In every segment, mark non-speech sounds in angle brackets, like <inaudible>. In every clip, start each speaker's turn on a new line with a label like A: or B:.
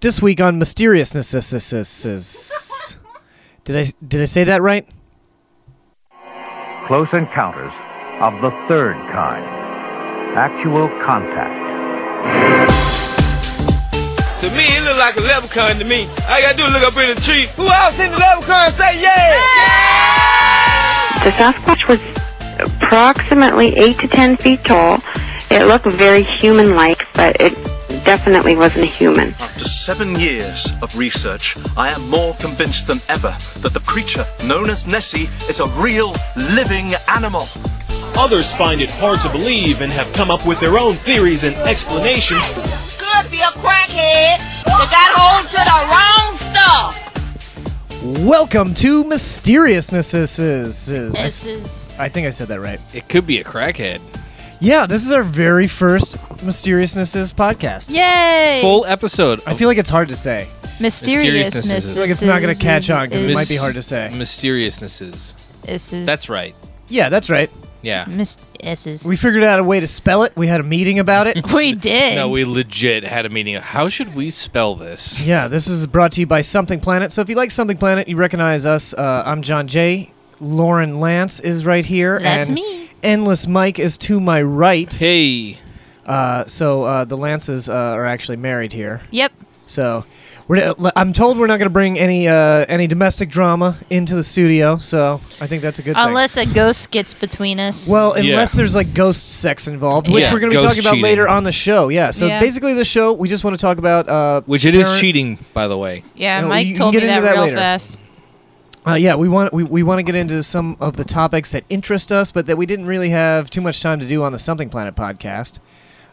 A: This week on mysteriousness, did I did I say that right?
B: Close encounters of the third kind. Actual contact.
C: To me, it look like a leprechaun to me. All I gotta do is look up in the tree. Who else seen the leprechaun? Say yeah!
D: The Sasquatch was approximately 8 to 10 feet tall. It looked very human like, but it definitely wasn't a human.
E: After seven years of research, I am more convinced than ever that the creature known as Nessie is a real living animal.
F: Others find it hard to believe and have come up with their own theories and explanations.
G: could be a crackhead that got hold to the wrong stuff.
A: Welcome to mysteriousness. I, s- I think I said that right.
H: It could be a crackhead.
A: Yeah, this is our very first mysteriousnesses podcast.
I: Yay!
H: Full episode.
A: I feel like it's hard to say.
I: mysteriousness.
H: Mysteriousness is-
A: Like it's not gonna catch on 'cause it
I: is-
A: might be hard to say.
H: Mysteriousnesses.
I: is- is-
H: That's right.
A: Yeah, that's right.
H: Yeah.
I: Mis- is- is-
A: We figured out a way to spell it. We had a meeting about it.
I: <laughs> we did.
H: No, we legit had a meeting. of How should we spell this?
A: Yeah, this is brought to you by Something Planet. So if you like Something Planet, you recognize us. Uh, I'm John Jay. Lauren Lance is right here.
I: That's
A: and
I: me.
A: Endless Mike is to my right.
H: Hey.
A: Uh, so uh, the Lances uh, are actually married here.
I: Yep.
A: So we're, I'm told we're not going to bring any uh, any domestic drama into the studio. So I think that's a good thing.
I: Unless a ghost gets between us.
A: Well,
H: Yeah.
A: unless there's like ghost sex involved, which
H: Yeah,
A: we're going to be
H: ghost
A: talking about
H: cheating.
A: later on the show. Yeah. So
I: Yeah.
A: basically, the show we just want to talk about, uh,
H: Which it is
A: parent-
H: cheating, by the way.
I: yeah,
A: no, you
I: Mike
A: can
I: told me
A: get
I: that,
A: into that
I: real
A: later.
I: fast.
A: Uh, yeah, we want we, we want to get into some of the topics that interest us, but that we didn't really have too much time to do on the Something Planet podcast,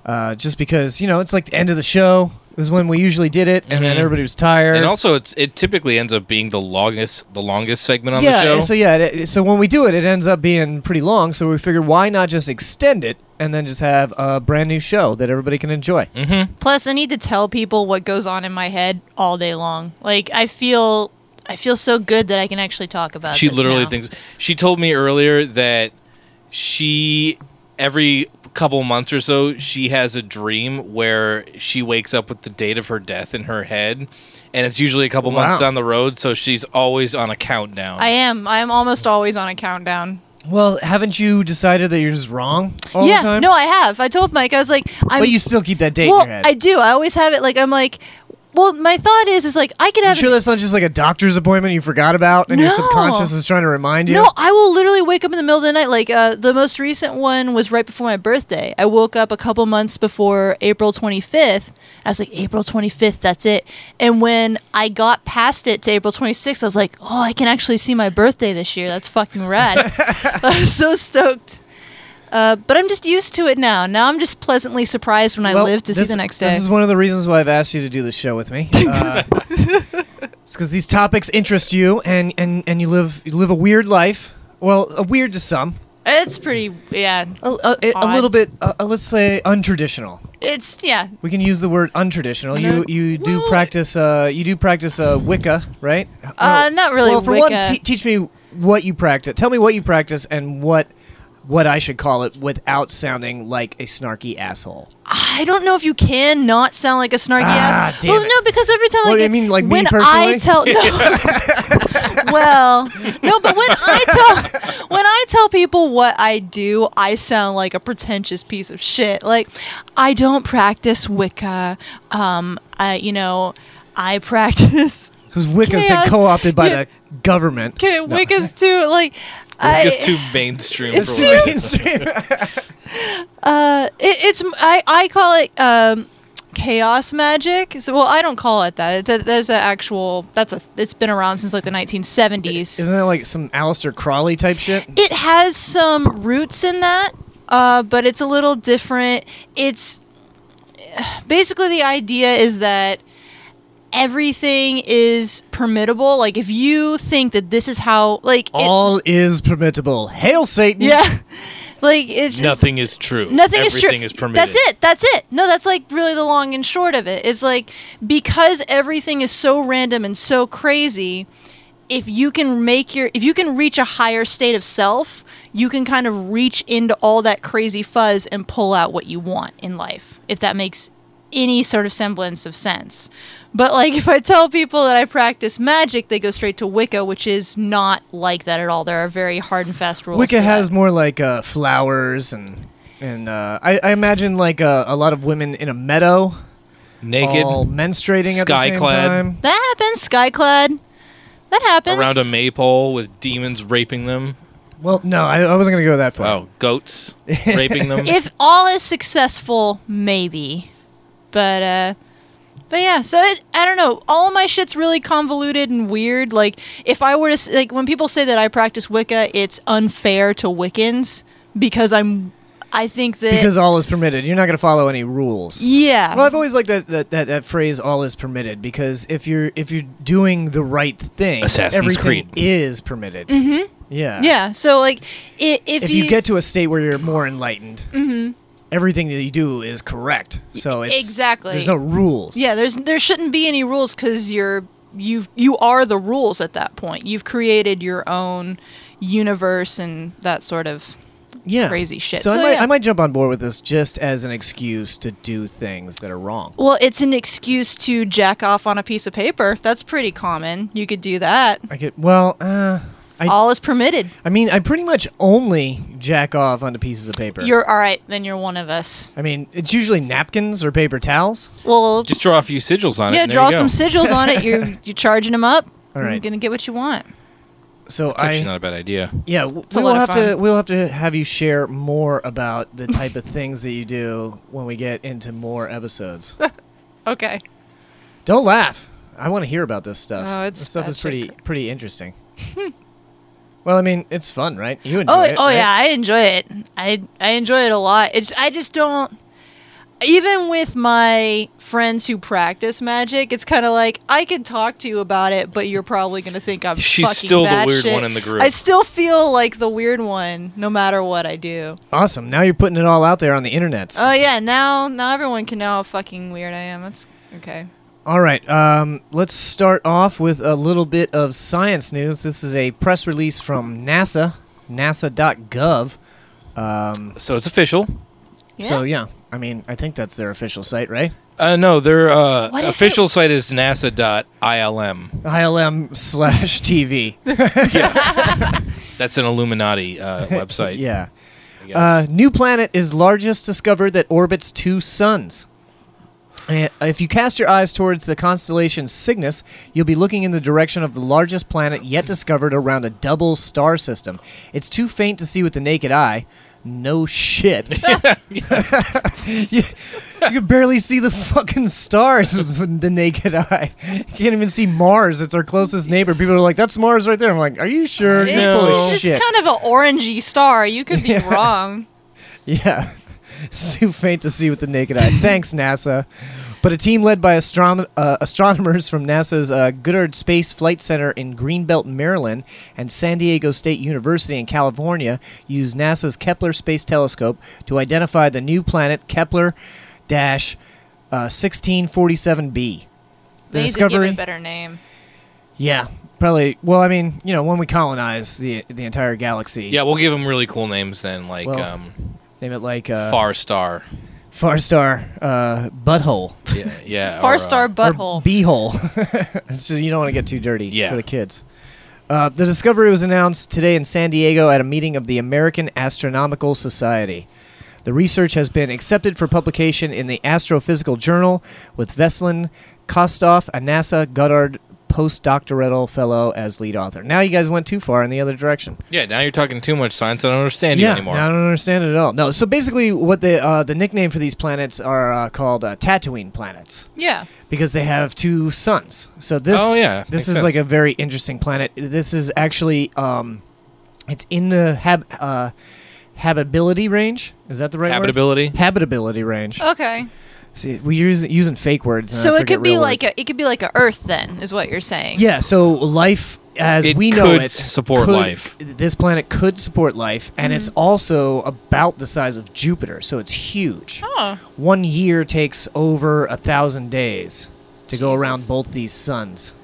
A: uh, just because you know it's like the end of the show is when we usually did it, and then everybody was tired.
H: Mm-hmm. And also, it's it typically ends up being the longest the longest segment on
A: yeah,
H: the show.
A: and so yeah, it, it- so when we do it, it ends up being pretty long. So we figured why not just extend it and then just have a brand new show that everybody can enjoy.
H: Mm-hmm.
I: Plus, I need to tell people what goes on in my head all day long. Like, I feel, I feel so good that I can actually talk about.
H: she
I: this
H: literally
I: now.
H: thinks she told me earlier that she every couple months or so she has a dream where she wakes up with the date of her death in her head and it's usually a couple months
A: Wow.
H: down the road so she's always on a countdown
I: I am. I am almost always on a countdown.
A: Well, haven't you decided that you're just wrong all
I: yeah.
A: the time?
I: No, I have. I told Mike. I was like, I'm.
A: but you still keep that date
I: well,
A: in your head.
I: I do. I always have it. Like, I'm like, well, my thought is, is like, I could
A: You
I: have.
A: sure
I: an-
A: that's not just like a doctor's appointment you forgot about and your
I: No.
A: subconscious is trying to remind you?
I: No, I will literally wake up in the middle of the night. Like uh, the most recent one was right before my birthday. I woke up a couple months before April 25th. I was like, April 25th, that's it. And when I got past it to April 26th, I was like, oh, I can actually see my birthday this year. That's fucking
A: <laughs>
I: rad. <laughs> I was so stoked. Uh, but I'm just used to it now. Now I'm just pleasantly surprised when I
A: Well,
I: live to
A: this-
I: see the next day.
A: This is one of the reasons why I've asked you to do this show with me.
I: <laughs>
A: Uh, it's because these topics interest you and, and, and you live you live a weird life. Well, a weird to some,
I: it's pretty, yeah.
A: a, a, a
I: Odd.
A: little bit, uh, uh, let's say, untraditional.
I: It's, yeah.
A: We can use the word untraditional. You you do
I: Well-
A: practice uh you do practice uh, Wicca, right?
I: Uh,
A: No.
I: not really
A: Well, for one,
I: Wicca.
A: te- teach me what you practice. Tell me what you practice and what what I should call it without sounding like a snarky asshole.
I: I don't know if you can not sound like a snarky
A: Ah,
I: ass.
A: damn
I: well,
A: it.
I: no, because every time
A: Well,
I: like,
A: you mean like me
I: when
A: personally?
I: I tell no,
A: <laughs>
I: well, no, but when I tell when I tell people what I do, I sound like a pretentious piece of shit. Like I don't practice Wicca. Um, I you know, I practice. <laughs>
A: Because Wicca's
I: Chaos.
A: been co-opted by
I: Yeah.
A: the government.
I: Okay, Wicca's too like. I,
H: it's too mainstream
A: It's
H: for what
A: mainstream.
I: <laughs> It, it's I, I call it um, chaos magic. So, well, I don't call it that. That There's an actual. That's a. It's been around since like the 1970s.
A: Isn't that like some Aleister Crawley type shit?
I: It has some roots in that, uh, but it's a little different. It's basically the idea is that everything is permittable. Like if you think that this is how, like, it-
A: All is permittable. Hail Satan.
I: <laughs> yeah, like it's just,
H: nothing is true
I: Nothing
H: Everything
I: is true.
H: permitted
I: That's it. That's it. No, that's like really the long and short of it. Is like because everything is so random and so crazy, if you can make your if you can reach a higher state of self, you can kind of reach into all that crazy fuzz and pull out what you want in life. If that makes any sort of semblance of sense. But like if I tell people that I practice magic, they go straight to Wicca, which is not like that at all. There are very hard and fast rules.
A: Wicca
I: to that.
A: has more like uh, flowers and and uh, I, I imagine like uh, a lot of women in a meadow,
H: Naked
A: all menstruating at the same
H: sky-clad.
A: time.
I: that happens. Skyclad, that happens
H: around a maypole with demons raping them.
A: Well, no, I, I wasn't gonna go that far.
H: Oh,
A: <laughs>
H: goats raping them.
I: If all is successful, maybe. But uh but yeah, so it, I don't know. All of my shit's really convoluted and weird. Like if I were to s- like when people say that I practice Wicca, it's unfair to Wiccans because I'm I think that
A: Because all is permitted. You're not gonna follow any rules.
I: yeah.
A: Well, I've always liked that, that, that, that phrase "all is permitted" because if you're if you're doing the right thing,
H: Assassin's
A: everything
H: Creed.
A: is permitted. Mm-hmm. Yeah,
I: yeah, so like i if, Mm-hmm.
A: If you, get to a state where you're more enlightened, everything that you do is correct. So it's,
I: exactly.
A: there's no rules.
I: Yeah, there's there shouldn't be any rules because you're you've you are the rules at that point. You've created your own universe and that sort of
A: yeah,
I: crazy shit.
A: So, I,
I: So,
A: might,
I: yeah.
A: I might jump on board with this just as an excuse to do things that are wrong.
I: Well, it's an excuse to jack off on a piece of paper. That's pretty common. You could do that.
A: I could, well, uh, I
I: All is permitted.
A: I mean, I pretty much only jack off onto pieces of paper.
I: You're all right. Then you're one of us.
A: I mean, it's usually napkins or paper towels.
I: Well,
H: Just draw a few sigils on it.
I: yeah,
H: and there
I: draw
H: you go.
I: some sigils on it. You're
H: <laughs>
I: you're charging them up.
A: All
I: You're
A: right.
I: gonna get what you want.
A: So
H: It's actually
A: I
H: not a bad idea.
A: yeah, w-
I: a
A: we'll
I: lot
A: have
I: of
A: to
I: fun.
A: we'll have to have you share more about the type of things that you do when we get into more
I: <laughs>
A: episodes.
I: Okay.
A: Don't laugh. I want to hear about this stuff.
I: Oh, it's
A: this stuff is pretty
I: magic. Hmm.
A: pretty interesting. well, I mean, it's fun, right? You enjoy
I: Oh,
A: it.
I: oh
A: right?
I: yeah, I enjoy it. I I enjoy it a lot. It's I just don't. Even with my friends who practice magic, it's kind of like I could talk to you about it, but you're probably gonna think I'm.
H: She's
I: fucking
H: still the
I: bad
H: weird
I: shit.
H: one in the group.
I: I still feel like the weird one, no matter what I do.
A: Awesome. Now you're putting it all out there on the internet.
I: Oh yeah, now now everyone can know how fucking weird I am. That's okay.
A: All right, um, let's start off with a little bit of science news. This is a press release from NASA, nasa.gov.
H: So it's official.
A: So, yeah, I mean, I think that's their official site, right?
H: Uh, no, their uh,
I: What if
H: official site is nasa.ilm.
A: ILM slash TV.
H: That's an Illuminati uh,
A: <laughs>
H: website.
A: yeah.
H: I guess.
A: Uh, new planet is largest discovered that orbits two suns. And uh, If you cast your eyes towards the constellation Cygnus, you'll be looking in the direction of the largest planet yet discovered around a double star system. It's too faint to see with the naked eye. No shit. <laughs> you, you can barely see the fucking stars with the naked eye. You can't even see Mars. It's our closest neighbor. People are like, "That's Mars right there." I'm like, "Are you sure?" You're
I: It's-
A: full of
I: it's,
A: shit."
I: kind of an orangey star. You could
A: <laughs>
I: be wrong.
A: Yeah. <laughs> It's too faint to see with the naked eye. Thanks, NASA. But a team led by astron- uh, astronomers from NASA's uh, Goddard Space Flight Center in Greenbelt, Maryland, and San Diego State University in California used NASA's Kepler Space Telescope to identify the new planet Kepler uh, 1647b. The
I: They need to give it
A: discovery?
I: a better name.
A: Yeah, probably. Well, I mean, you know, when we colonize the the entire galaxy,
H: yeah, we'll give them really cool names then, like
A: Well,
H: um,
A: name it like uh,
H: Far Star.
A: Farstar uh, Butthole.
H: Yeah, yeah or,
I: Far
H: uh,
I: star
A: Or
H: <laughs>
I: butthole.
A: Beehole. so you don't want to get too dirty
H: Yeah.
A: for the kids. Uh, the discovery was announced today in San Diego at a meeting of the American Astronomical Society. The research has been accepted for publication in the Astrophysical Journal with Veselin Kostoff, a NASA Goddard postdoctoral fellow, as lead author. Now you guys went too far in the other direction.
H: yeah, now you're talking too much science. I don't understand you anymore.
A: I don't understand it at all. No, so basically, what the uh, the nickname for these planets are uh, called uh, Tatooine planets
I: yeah.
A: because they have two suns. So this
H: Oh, yeah.
A: this
H: Makes
A: is
H: sense.
A: like a very interesting planet. This is actually um, it's in the hab uh, habitability range. Is that the right
H: Habitability?
A: word? habitability range?
I: Okay.
A: See, we use using fake words. and I
I: Oh. So
A: Uh,
I: it
A: forget
I: could be
A: real
I: like
A: words.
I: a, it could be like a Earth then, is what you're saying.
A: yeah. So life as
H: It
A: we know
H: could
A: it
H: support
A: could-
H: life.
A: This planet could support life, and it's
I: Mm-hmm.
A: also about the size of Jupiter. So it's huge.
I: Oh.
A: One year takes over a thousand days to go around both these suns.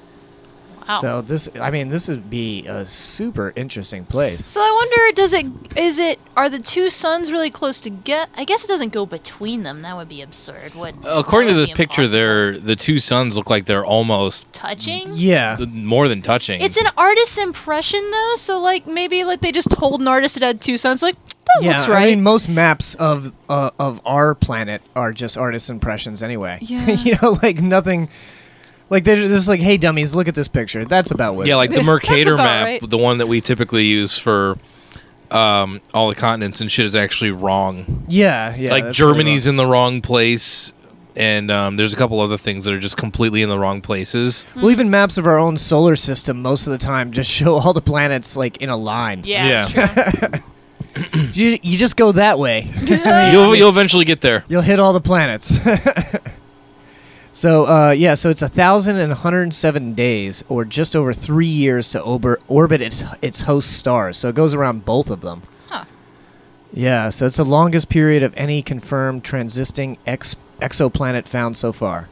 I: Wow.
A: So this, I mean, this would be a super interesting place.
I: So I wonder, does it is it Are the two suns really close to get? I guess it doesn't go between them. That would be absurd. What?
H: According
I: that
H: to
I: would
H: the
I: be
H: picture,
I: impossible.
H: they're the two suns look like they're almost
I: touching.
A: Mm, Yeah.
H: more than touching.
I: It's an artist's impression though, so like maybe like they just told an artist it had two suns. Like that
A: yeah,
I: looks right.
A: I mean, most maps of uh, of our planet are just artists' impressions, anyway. <laughs>
I: Yeah.
A: you know, like nothing. Like they're just like, "Hey, dummies, look at this picture." That's about what.
H: yeah,
I: <laughs>
H: like the Mercator
I: about
H: map,
I: right.
H: the one that we typically use for um, all the continents and shit, is actually wrong.
A: yeah, yeah.
H: like
A: that's really
H: Germany's in the wrong place, and um, there's a couple other things that are just completely in the wrong places.
I: Hmm.
A: wrong. well, even maps of our own solar system most of the time just <laughs> show all the planets like in a line.
I: yeah.
H: yeah.
I: True.
A: you, you just go that way. <laughs>
I: <laughs>
H: You'll you'll eventually get there.
A: You'll hit all the planets. <laughs> so uh, yeah, so it's a thousand and hundred and seven days, or just over three years to ober- orbit its its host stars. So it goes around both of them. Yeah, so it's the longest period of any confirmed transisting ex- exoplanet found so far.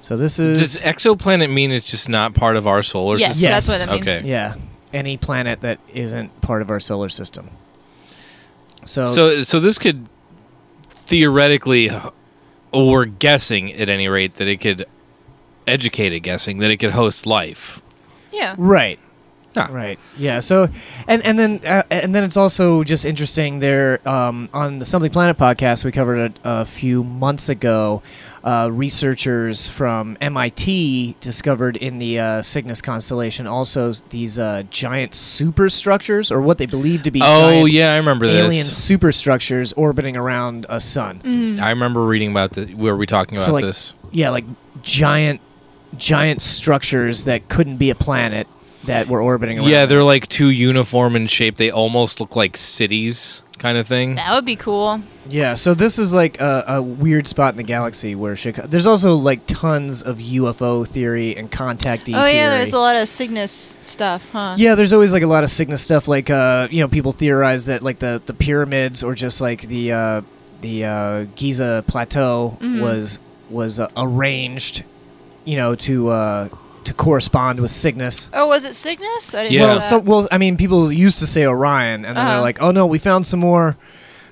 A: So this is
H: Does exoplanet mean it's just not part of our solar
I: yes,
H: system?
I: that's what it means.
H: Okay.
A: yeah any planet that isn't part of our solar system. So,
H: So so this could theoretically, uh, or we're guessing at any rate that it could, educated guessing that it could host life.
I: Yeah.
A: right.
H: Huh.
A: Right. Yeah. So, and and then uh, and then it's also just interesting. There um, on the Something Planet podcast we covered a, a few months ago. Uh, researchers from MIT discovered in the uh, Cygnus constellation also these uh, giant superstructures, or what they believe to be
H: Oh
A: giant
H: yeah, I remember
A: alien
H: this.
A: superstructures orbiting around a sun.
H: Hmm. I remember reading about this. Were we talking Mm-hmm. about
A: so like
H: this?
A: yeah, like giant giant structures that couldn't be a planet that were orbiting around.
H: Yeah, they're like too uniform in shape. They almost look like cities, kind of thing.
I: That would be cool.
A: Yeah, so this is like a, a weird spot in the galaxy where Chicago. There's also like tons of UFO theory and contactee.
I: Oh yeah,
A: theory.
I: there's a lot of Cygnus stuff, huh?
A: Yeah, there's always like a lot of Cygnus stuff. Like, uh, you know, people theorize that like the, the pyramids or just like the uh, the uh, Giza plateau
I: Mm-hmm.
A: was was uh, arranged, you know, to uh, to correspond with Cygnus.
I: Oh, was it Cygnus? I didn't
H: Yeah.
I: know
A: Well,
I: that.
A: so well, I mean, people used to say Orion, and then they're
I: Uh-huh.
A: like, "Oh no, we found some more,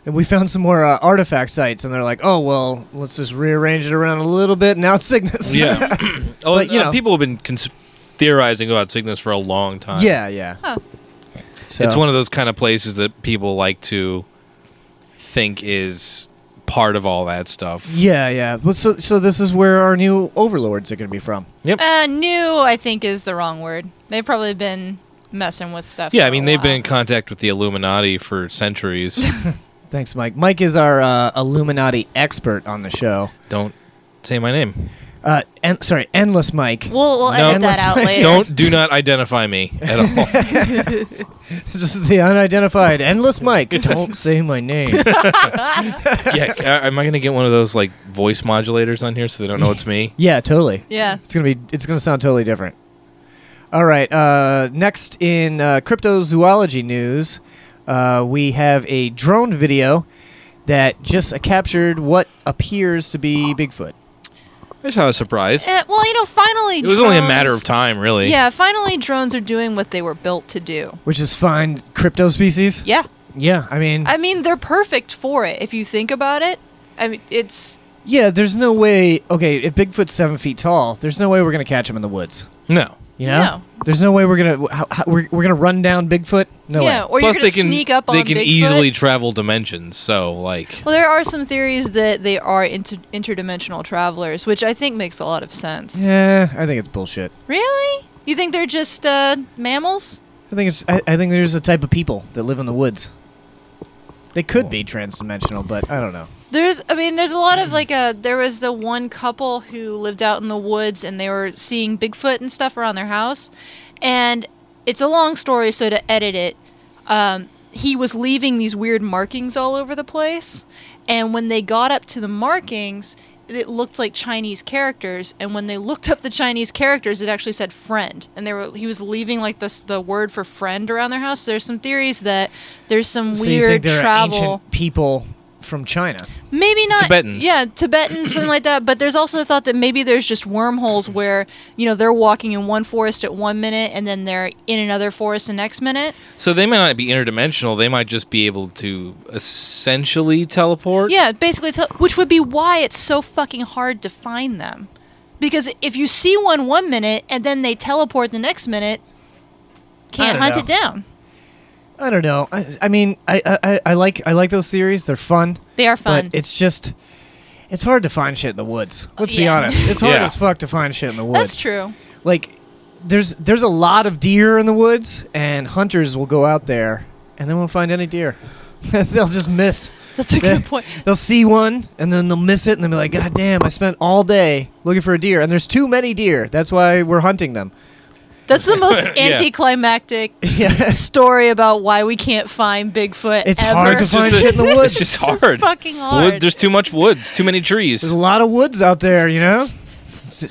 A: and we found some more uh, artifact sites," and they're like, "Oh well, let's just rearrange it around a little bit." Now it's Cygnus.
H: Yeah. <coughs> oh,
A: But, you
H: uh,
A: know.
H: people have been cons- theorizing about Cygnus for a long time.
A: <laughs> yeah, yeah.
I: Huh.
A: So,
H: It's one of those kind of places that people like to think is part of all that stuff.
A: Yeah, yeah. Well, so so this is where our new overlords are going to be from.
I: uh, new, I think, is the wrong word. They've probably been messing with stuff.
H: Yeah,
I: for
H: I mean
I: a
H: they've
I: while.
H: been in contact with the Illuminati for
I: <laughs>
H: centuries.
A: Thanks, Mike. Mike is our uh, Illuminati expert on the show.
H: Don't say my name.
A: Uh, and sorry, endless Mike.
I: We'll, we'll
H: No.
I: edit that
H: <laughs>
I: out later.
H: Don't do not identify me at
I: <laughs>
H: all.
A: <laughs> this is the unidentified endless
I: <laughs>
A: Mike. Don't say my name.
H: yeah, uh, am I going to get one of those like voice modulators on here so they don't know
A: <laughs>
H: it's me?
A: yeah, totally.
I: Yeah.
A: It's gonna be. It's gonna sound totally different. All right. Uh, next in uh, cryptozoology news, uh, we have a drone video that just uh, captured what appears to be Bigfoot.
H: I just had a surprise.
I: Eh, well, you know, finally.
H: It was only a matter of time, really.
I: Yeah, finally, drones are doing what they were built to do.
A: Which is fine. Crypto species.
I: Yeah.
A: Yeah. I mean.
I: I mean, they're perfect for it if you think about it. I mean, it's
A: yeah. There's no way. Okay. If Bigfoot's seven feet tall, there's no way we're gonna catch him in the woods.
H: No.
A: You know.
I: No.
A: There's no way we're gonna. How, how, we're, we're gonna run down Bigfoot. No
I: yeah,
A: way.
I: or
H: Plus,
I: you're
H: they
I: gonna
H: can
I: sneak up
H: they
I: on
H: can
I: Bigfoot.
H: easily travel dimensions. So, like,
I: Well, there are some theories that they are inter- interdimensional travelers, which I think makes a lot of sense.
A: Yeah. I think it's bullshit.
I: Really? You think they're just uh, mammals?
A: I think it's. I, I think there's a type of people that live in the woods. They could be transdimensional, but I don't know.
I: There's, I mean, there's a lot of like a. There was the one couple who lived out in the woods and they were seeing Bigfoot and stuff around their house, and it's a long story. So to edit it, um, he was leaving these weird markings all over the place, and when they got up to the markings, it looked like Chinese characters. And when they looked up the Chinese characters, it actually said friend, and they were he was leaving like this the word for friend around their house. So there's some theories that there's some
A: so you think
I: weird
A: there
I: travel.
A: are ancient people from China.
I: Maybe not
H: Tibetans.
I: Yeah, Tibetans, something like that. But there's also the thought that maybe there's just wormholes where you know they're walking in one forest at one minute and then they're in another forest the next minute.
H: So they might not be interdimensional. They might just be able to essentially teleport.
I: Yeah, basically, tell which would be why it's so fucking hard to find them, because if you see one one minute and then they teleport the next minute, can't
A: don't
I: hunt
A: know.
I: it down.
A: I don't know. I, I mean, I, I- I I like I like those theories. They're fun.
I: They are fun.
A: But it's just it's hard to find shit in the woods. Let's be
I: Yeah.
A: honest. It's hard
H: Yeah.
A: as fuck to find shit in the woods.
I: That's true.
A: Like there's there's a lot of deer in the woods and hunters will go out there and they won't find any deer. <laughs> They'll just miss.
I: That's a good point.
A: They'll see one and then they'll miss it and they'll be like, God damn, I spent all day looking for a deer and there's too many deer. That's why we're hunting
I: <laughs>
A: them. <laughs>
I: That's the most
H: Yeah.
I: anticlimactic
A: Yeah.
I: story about why we can't find Bigfoot
A: It's
I: ever.
A: hard to
H: It's just
A: find shit in the woods.
H: <laughs> It's just
I: It's just
H: hard.
I: fucking hard.
H: Wood, there's too much woods, too many trees.
A: There's a lot of woods out there, you know? It's just-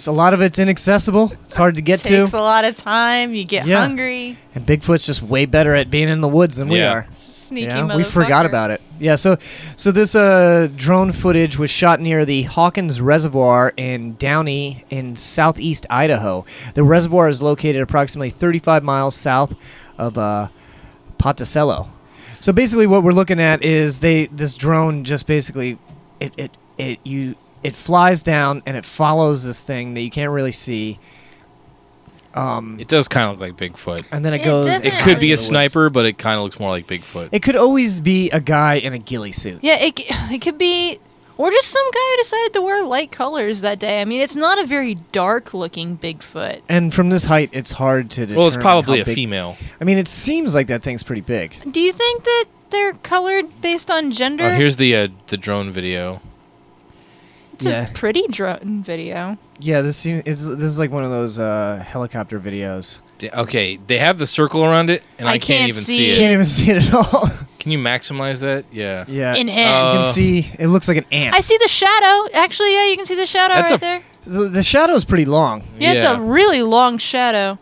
A: a lot of it's inaccessible. It's hard to get
I: takes
A: to.
I: a lot of time. You get
A: Yeah.
I: hungry.
A: and Bigfoot's just way better at being in the woods than we
H: Yeah.
A: are.
I: Sneaky
A: Yeah,
I: motherfucker.
A: we forgot about it. Yeah, so so this uh, drone footage was shot near the Hawkins Reservoir in Downey in southeast Idaho. The reservoir is located approximately 35 miles south of uh, Ponticello. So basically, what we're looking at is they this drone just basically it it, it you it flies down and it follows this thing that you can't really see,
H: it does kind of look like Bigfoot.
A: and then it,
I: It
A: goes.
I: doesn't
H: It
I: Yeah.
H: could be a
A: into the woods.
H: sniper, but it kind of looks more like Bigfoot.
A: It could always be a guy in a ghillie suit.
I: Yeah, it, c- it could be. Or just some guy who decided to wear light colors that day. I mean, it's not a very dark looking Bigfoot.
A: And from this height, it's hard to determine.
H: well, it's probably
A: how
H: a
A: big-
H: female.
A: I mean, it seems like that thing's pretty big.
I: Do you think that they're colored based on gender?
H: Oh, here's the uh, the drone video.
I: it's
A: Yeah.
I: a pretty drone video.
A: Yeah, this seem- it's, this is like one of those uh, helicopter videos.
H: D- Okay, they have the circle around it, and I,
I: I
H: can't,
I: can't
H: even
I: see
H: see
A: You
H: it.
A: can't even see it at all. <laughs>
H: Can you maximize that? Yeah.
A: yeah,
I: Enhanced.
A: you
H: Uh,
A: can see it looks like an ant.
I: I see the shadow. Actually, yeah, you can see the shadow
H: That's
I: right
H: a-
I: there.
A: the, the shadow's pretty long.
I: Yeah, it's
H: Yeah.
I: a really long shadow.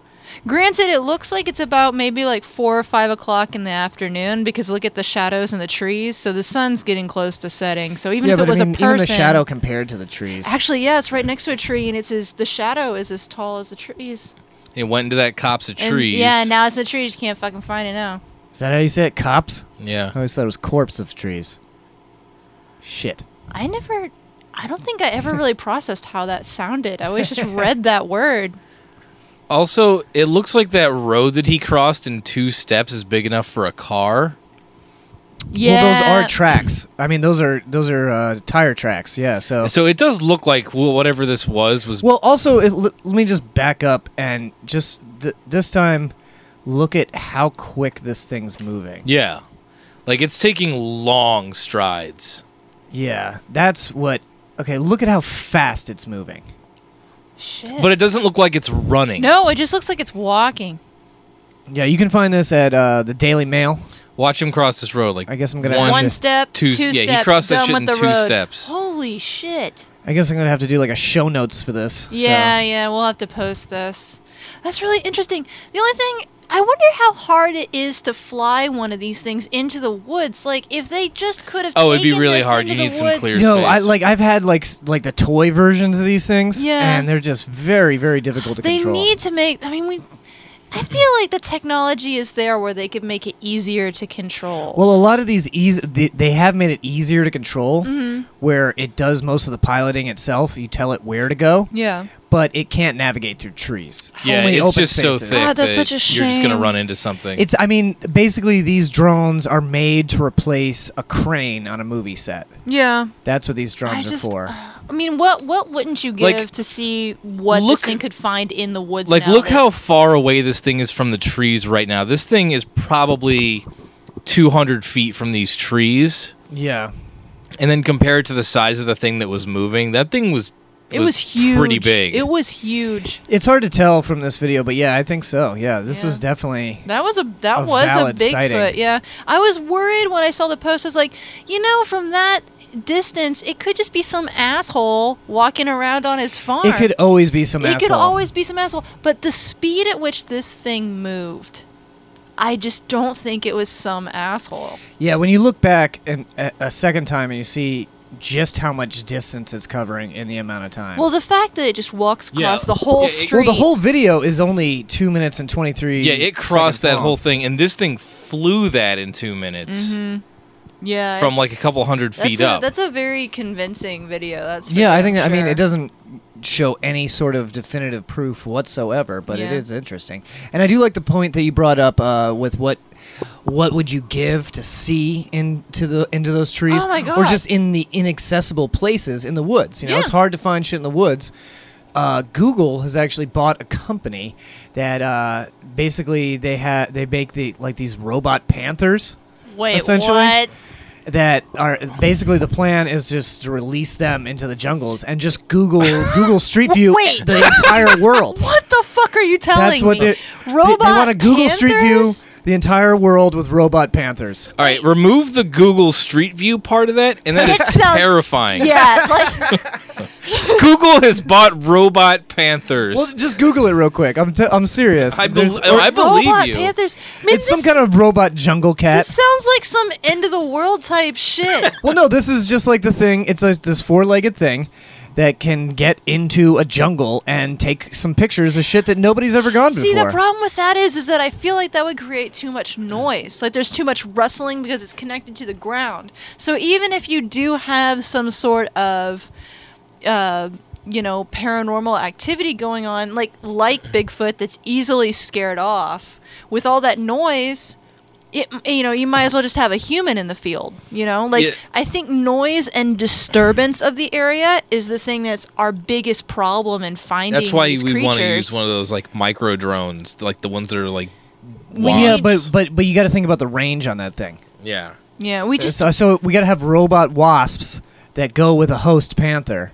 I: Granted, it looks like it's about maybe like four or five o'clock in the afternoon because look at the shadows in the trees. So the sun's getting close to setting. So even
A: yeah,
I: if
A: but
I: it was
A: I mean,
I: a person,
A: even the shadow compared to the trees.
I: actually, yeah, it's right next to a tree, and it's as the shadow is as tall as the trees.
H: It went into that copse of
I: And,
H: trees.
I: yeah, now it's in the trees. You can't fucking find it now.
A: Is that how you say it? Cops? I
H: Yeah.
A: always thought it was corpse of trees. Shit.
I: I never. I don't think I ever really processed how that sounded. I
A: <laughs>
I: always just read that word.
H: Also, it looks like that road that he crossed in two steps is big enough for a car.
I: Yeah.
A: Well, those are tracks. I mean, those are those are uh, tire tracks. Yeah. So.
H: So it does look like wh- whatever this was was
A: Well, also, it, l- let me just back up and just th- this time look at how quick this thing's moving.
H: Yeah. Like it's taking long strides.
A: Yeah, that's what. Okay, look at how fast it's moving.
I: Shit.
H: But it doesn't look like it's running.
I: no, it just looks like it's walking.
A: Yeah, you can find this at uh, the Daily Mail.
H: Watch him cross this road like
A: I guess I'm gonna
H: one,
A: have
I: one
A: to-
I: step,
H: two-
I: two,
H: yeah, he
I: step,
H: crossed that
I: done
H: shit
I: with
H: in
I: the
H: two
I: road.
H: steps.
I: Holy shit!
A: I guess I'm gonna have to do like a show notes for this.
I: Yeah,
A: so.
I: yeah, we'll have to post this. That's really interesting. The only thing I wonder how hard it is to fly one of these things into the woods. Like if they just could have.
H: Oh, it'd be
I: taken
H: really
I: this
H: hard.
I: into
H: You
I: the
H: need some
I: woods.
H: clear-
A: Yo,
H: space.
A: I like I've had like s- like the toy versions of these things,
I: Yeah.
A: and they're just very very difficult to
I: They
A: control.
I: need to make. I mean, we. I feel like the technology is there where they could make it easier to control.
A: Well, a lot of these eas they, they have made it easier to control,
I: Mm-hmm.
A: where it does most of the piloting itself. You tell it where to go,
I: yeah.
A: but it can't navigate through trees.
H: Yeah,
A: Only
H: it's
A: open
H: just so
A: spaces.
H: thick
I: God, that's
H: that
I: such a
H: you're just gonna
I: shame.
H: run into something.
A: It's. I mean, basically, these drones are made to replace a crane on a movie set.
I: Yeah.
A: That's what these drones
I: I
A: are
I: just- uh,
A: for.
I: I mean, what what wouldn't you give
H: Like,
I: to see what
H: look-
I: this thing could find in the woods?
H: like
I: now
H: look
I: that-
H: how far away this thing is from the trees right now. This thing is probably 200 feet from these trees,
A: yeah.
H: and then compared to the size of the thing that was moving, that thing was
I: it was, huge.
H: pretty big.
I: It was huge.
A: It's hard to tell from this video, but yeah, I think so. Yeah, this
I: Yeah.
A: was definitely.
I: That was a that
A: A
I: was a
A: valid
I: Bigfoot.
A: sighting.
I: Yeah, I was worried when I saw the post. I was like, you know, from that distance, it could just be some asshole walking around on his farm.
A: It could always be some
I: It
A: asshole.
I: could always be some asshole. But the speed at which this thing moved, I just don't think it was some asshole.
A: Yeah, when you look back and a, a second time and you see just how much distance it's covering in the amount of time.
I: Well, the fact that it just walks
H: Yeah.
I: across the whole
H: Yeah, it-
I: street.
A: Well, the whole video is only two minutes and twenty three.
H: Yeah, it crossed that whole thing, and this thing flew that in two minutes
I: yeah,
H: from
I: it's-
H: like a couple hundred
I: Mm-hmm. that's
H: feet
I: a,
H: up.
I: That's a very convincing video. That's for
A: Yeah, I
I: damn
A: think. I mean,
I: sure.
A: it doesn't show any sort of definitive proof whatsoever, but it
I: Yeah.
A: is interesting. And I do like the point that you brought up uh, with what what would you give to see into the into those trees,
I: Oh my
A: or
I: God.
A: just in the inaccessible places in the woods. You know,
I: Yeah.
A: it's hard to find shit in the woods. Uh, Google has actually bought a company that uh, basically they ha- they make the like these robot panthers
I: Wait,
A: essentially-
I: what?
A: that are basically the plan is just to release them into the jungles and just Google Google Street View
I: <laughs> Wait.
A: the entire world.
I: What the fuck are you telling
A: That's what
I: me?
A: they
I: Robot
A: They, they want to Google Street View
I: Panthers?
A: the entire world with robot panthers.
H: All right, remove the Google Street View part of that, and that is
I: That sounds-
H: terrifying. <laughs>
I: Yeah, like
H: Google has bought robot panthers.
A: Well, just Google it real quick. I'm t- I'm serious.
H: I, bel
A: There's-
H: I I believe
I: robot
H: you.
I: Panthers. Man,
A: it's
I: this,
A: some kind of robot jungle cat.
I: This sounds like some end of the world type shit.
A: Well, no, this is just like the thing. It's a, this four-legged thing that can get into a jungle and take some pictures of shit that nobody's ever gone
I: See,
A: before.
I: the problem with that is, is that I feel like that would create too much noise. Like there's too much rustling because it's connected to the ground. So even if you do have some sort of, uh, you know, paranormal activity going on, like like Bigfoot, that's easily scared off with all that noise. It, you know, you might as well just have a human in the field. You know, like
H: Yeah.
I: I think noise and disturbance of the area is the thing that's our biggest problem in finding.
H: That's why
I: these
H: we
I: creatures.
H: want to use one of those like micro drones, like the ones that are like.
I: We
A: yeah,
I: need-
A: but but but you got to think about the range on that thing.
H: Yeah.
I: Yeah, we just
A: so, so we got to have robot wasps that go with a host panther,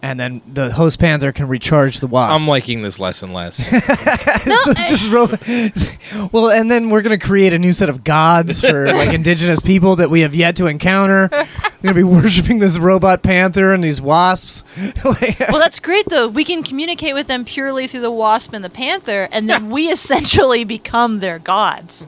A: and then the host panther can recharge the wasp.
H: I'm liking this less and
I: <laughs>
A: <laughs>
H: less.
A: so it's just ro- <laughs> well, and then we're gonna create a new set of gods
I: <laughs>
A: for like indigenous people that we have yet to encounter. We're gonna be <laughs> worshiping this robot panther and these wasps. <laughs> Like,
I: Well, that's great though. We can communicate with them purely through the wasp and the panther, and then we essentially become their gods.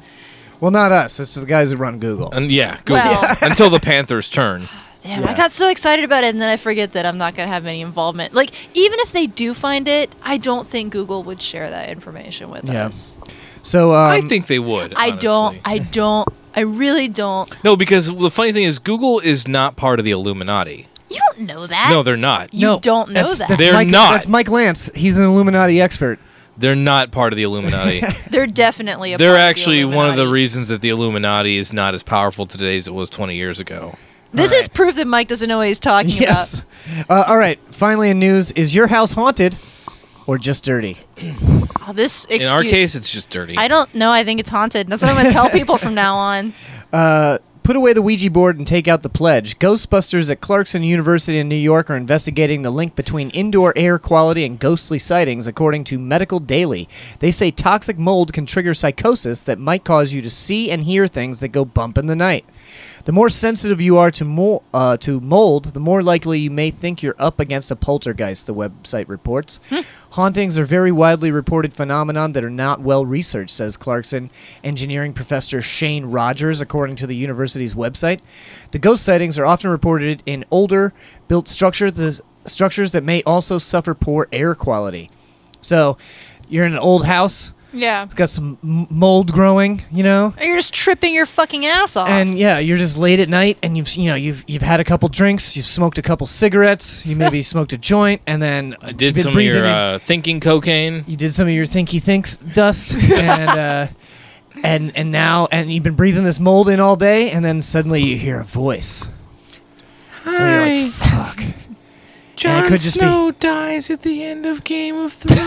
A: well, not us. It's the guys who run Google.
H: and yeah, Google
I: Well-
H: until the Panthers turn.
I: Damn, I got so excited about it, and then I forget that I'm not going to have any involvement. Like, even if they do find it, I don't think Google would share that information with
A: Yeah.
I: us.
A: So um,
H: I think they would.
I: I don't.
H: honestly.
I: I don't. I really don't.
H: no, because the funny thing is, Google is not part of the Illuminati.
I: You don't know that.
H: No, they're not.
I: You don't know
A: that's-
I: that.
A: that's
H: They're
A: Mike,
H: not.
A: That's Mike Lance. He's an Illuminati expert.
H: They're not part of the Illuminati.
I: <laughs> They're definitely. A
H: they're
I: part of the
H: actually one of the
I: Illuminati.
H: reasons that the Illuminati is not as powerful today as it was 20 years ago.
I: This is proof that Mike doesn't know what he's talking
A: Yes. Uh, all right. Finally, in news, is your house haunted or just dirty?
I: about. Oh, this.
H: In our
I: excuse-
H: case, it's just dirty.
I: I don't know. I think it's haunted. That's what I'm going to tell people from now on.
A: Uh, Put away the Ouija board and take out the pledge. Ghostbusters at Clarkson University in New York are investigating the link between indoor air quality and ghostly sightings, according to Medical Daily. They say toxic mold can trigger psychosis that might cause you to see and hear things that go bump in the night. The more sensitive you are to, mo- uh, to mold, the more likely you may think you're up against a poltergeist, the website reports. Hauntings are very widely reported phenomenon that are not well researched, says Clarkson engineering professor Shane Rogers, according to the university's website. The ghost sightings are often reported in older, built structures, structures that may also suffer poor air quality. So, you're in an old house,
I: Yeah.
A: it's got some m- mold growing, you know?
I: Or you're just tripping your fucking ass off.
A: and yeah, you're just late at night, and you've you know you've you've had a couple drinks, you've smoked a couple cigarettes, you maybe smoked a joint, and then
H: I did
A: been
H: some of your
A: breathing in-
H: uh, thinking cocaine.
A: you did some of your thinky thinks dust, and
I: <laughs>
A: uh, and and now and you've been breathing this mold in all day, and then suddenly you hear a voice. Hi. And you're like, fuck. Jon could just be- Snow
H: dies at the end of Game of Thrones.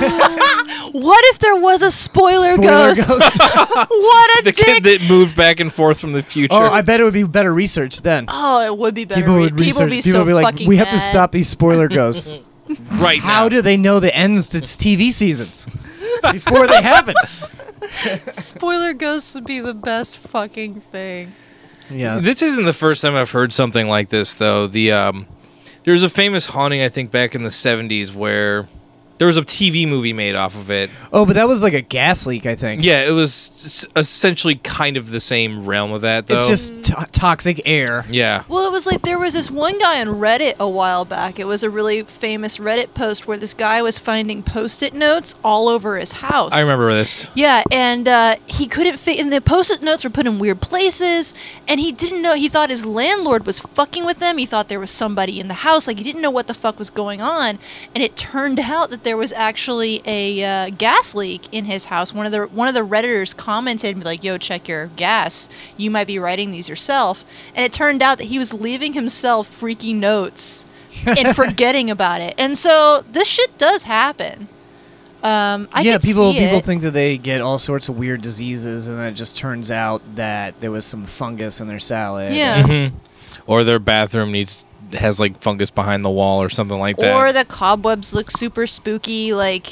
I: what if there was a spoiler,
A: Spoiler
I: ghost? <laughs> what
H: <laughs>
I: a
H: the
I: dick!
H: kid that moved back and forth from the future.
A: oh, I bet it would be better research then.
I: oh, it would be better.
A: People
I: re-
A: would
I: people
A: research.
I: would be so
A: would be like,
I: fucking
A: we have to
I: mad.
A: stop these spoiler
I: <laughs>
A: ghosts.
H: right
A: How
H: now.
A: do they know the ends to TV
I: <laughs>
A: seasons before they happen?
I: Spoiler ghosts would be the best fucking thing.
A: Yeah.
H: this isn't the first time I've heard something like this, though. The um, there was a famous haunting I think back in the '70s where There was a TV movie made off of it.
A: Oh, but that was like a gas leak, I think.
H: Yeah, it was s- essentially kind of the same realm of that, though.
A: It's just to- toxic air.
H: yeah.
I: Well, it was like there was this one guy on Reddit a while back. It was a really famous Reddit post where this guy was finding post-it notes all over his house.
H: I remember this.
I: Yeah, and uh, he couldn't fit, and the post-it notes were put in weird places, and he didn't know. He thought his landlord was fucking with them. He thought there was somebody in the house. Like he didn't know what the fuck was going on, and it turned <laughs> out that there was actually a uh, gas leak in his house. One of the one of the redditors commented, like, "Yo, check your gas. You might be writing these yourself." And it turned out that he was leaving himself freaky notes
A: <laughs>
I: and forgetting about it. And so this shit does happen. Um, I
A: yeah,
I: could
A: people
I: see
A: people
I: it.
A: think that they get all sorts of weird diseases, and then it just turns out that there was some fungus in their salad.
I: Yeah.
H: Or their bathroom needs has like fungus behind the wall or something like that.
I: Or the cobwebs look super spooky. Like,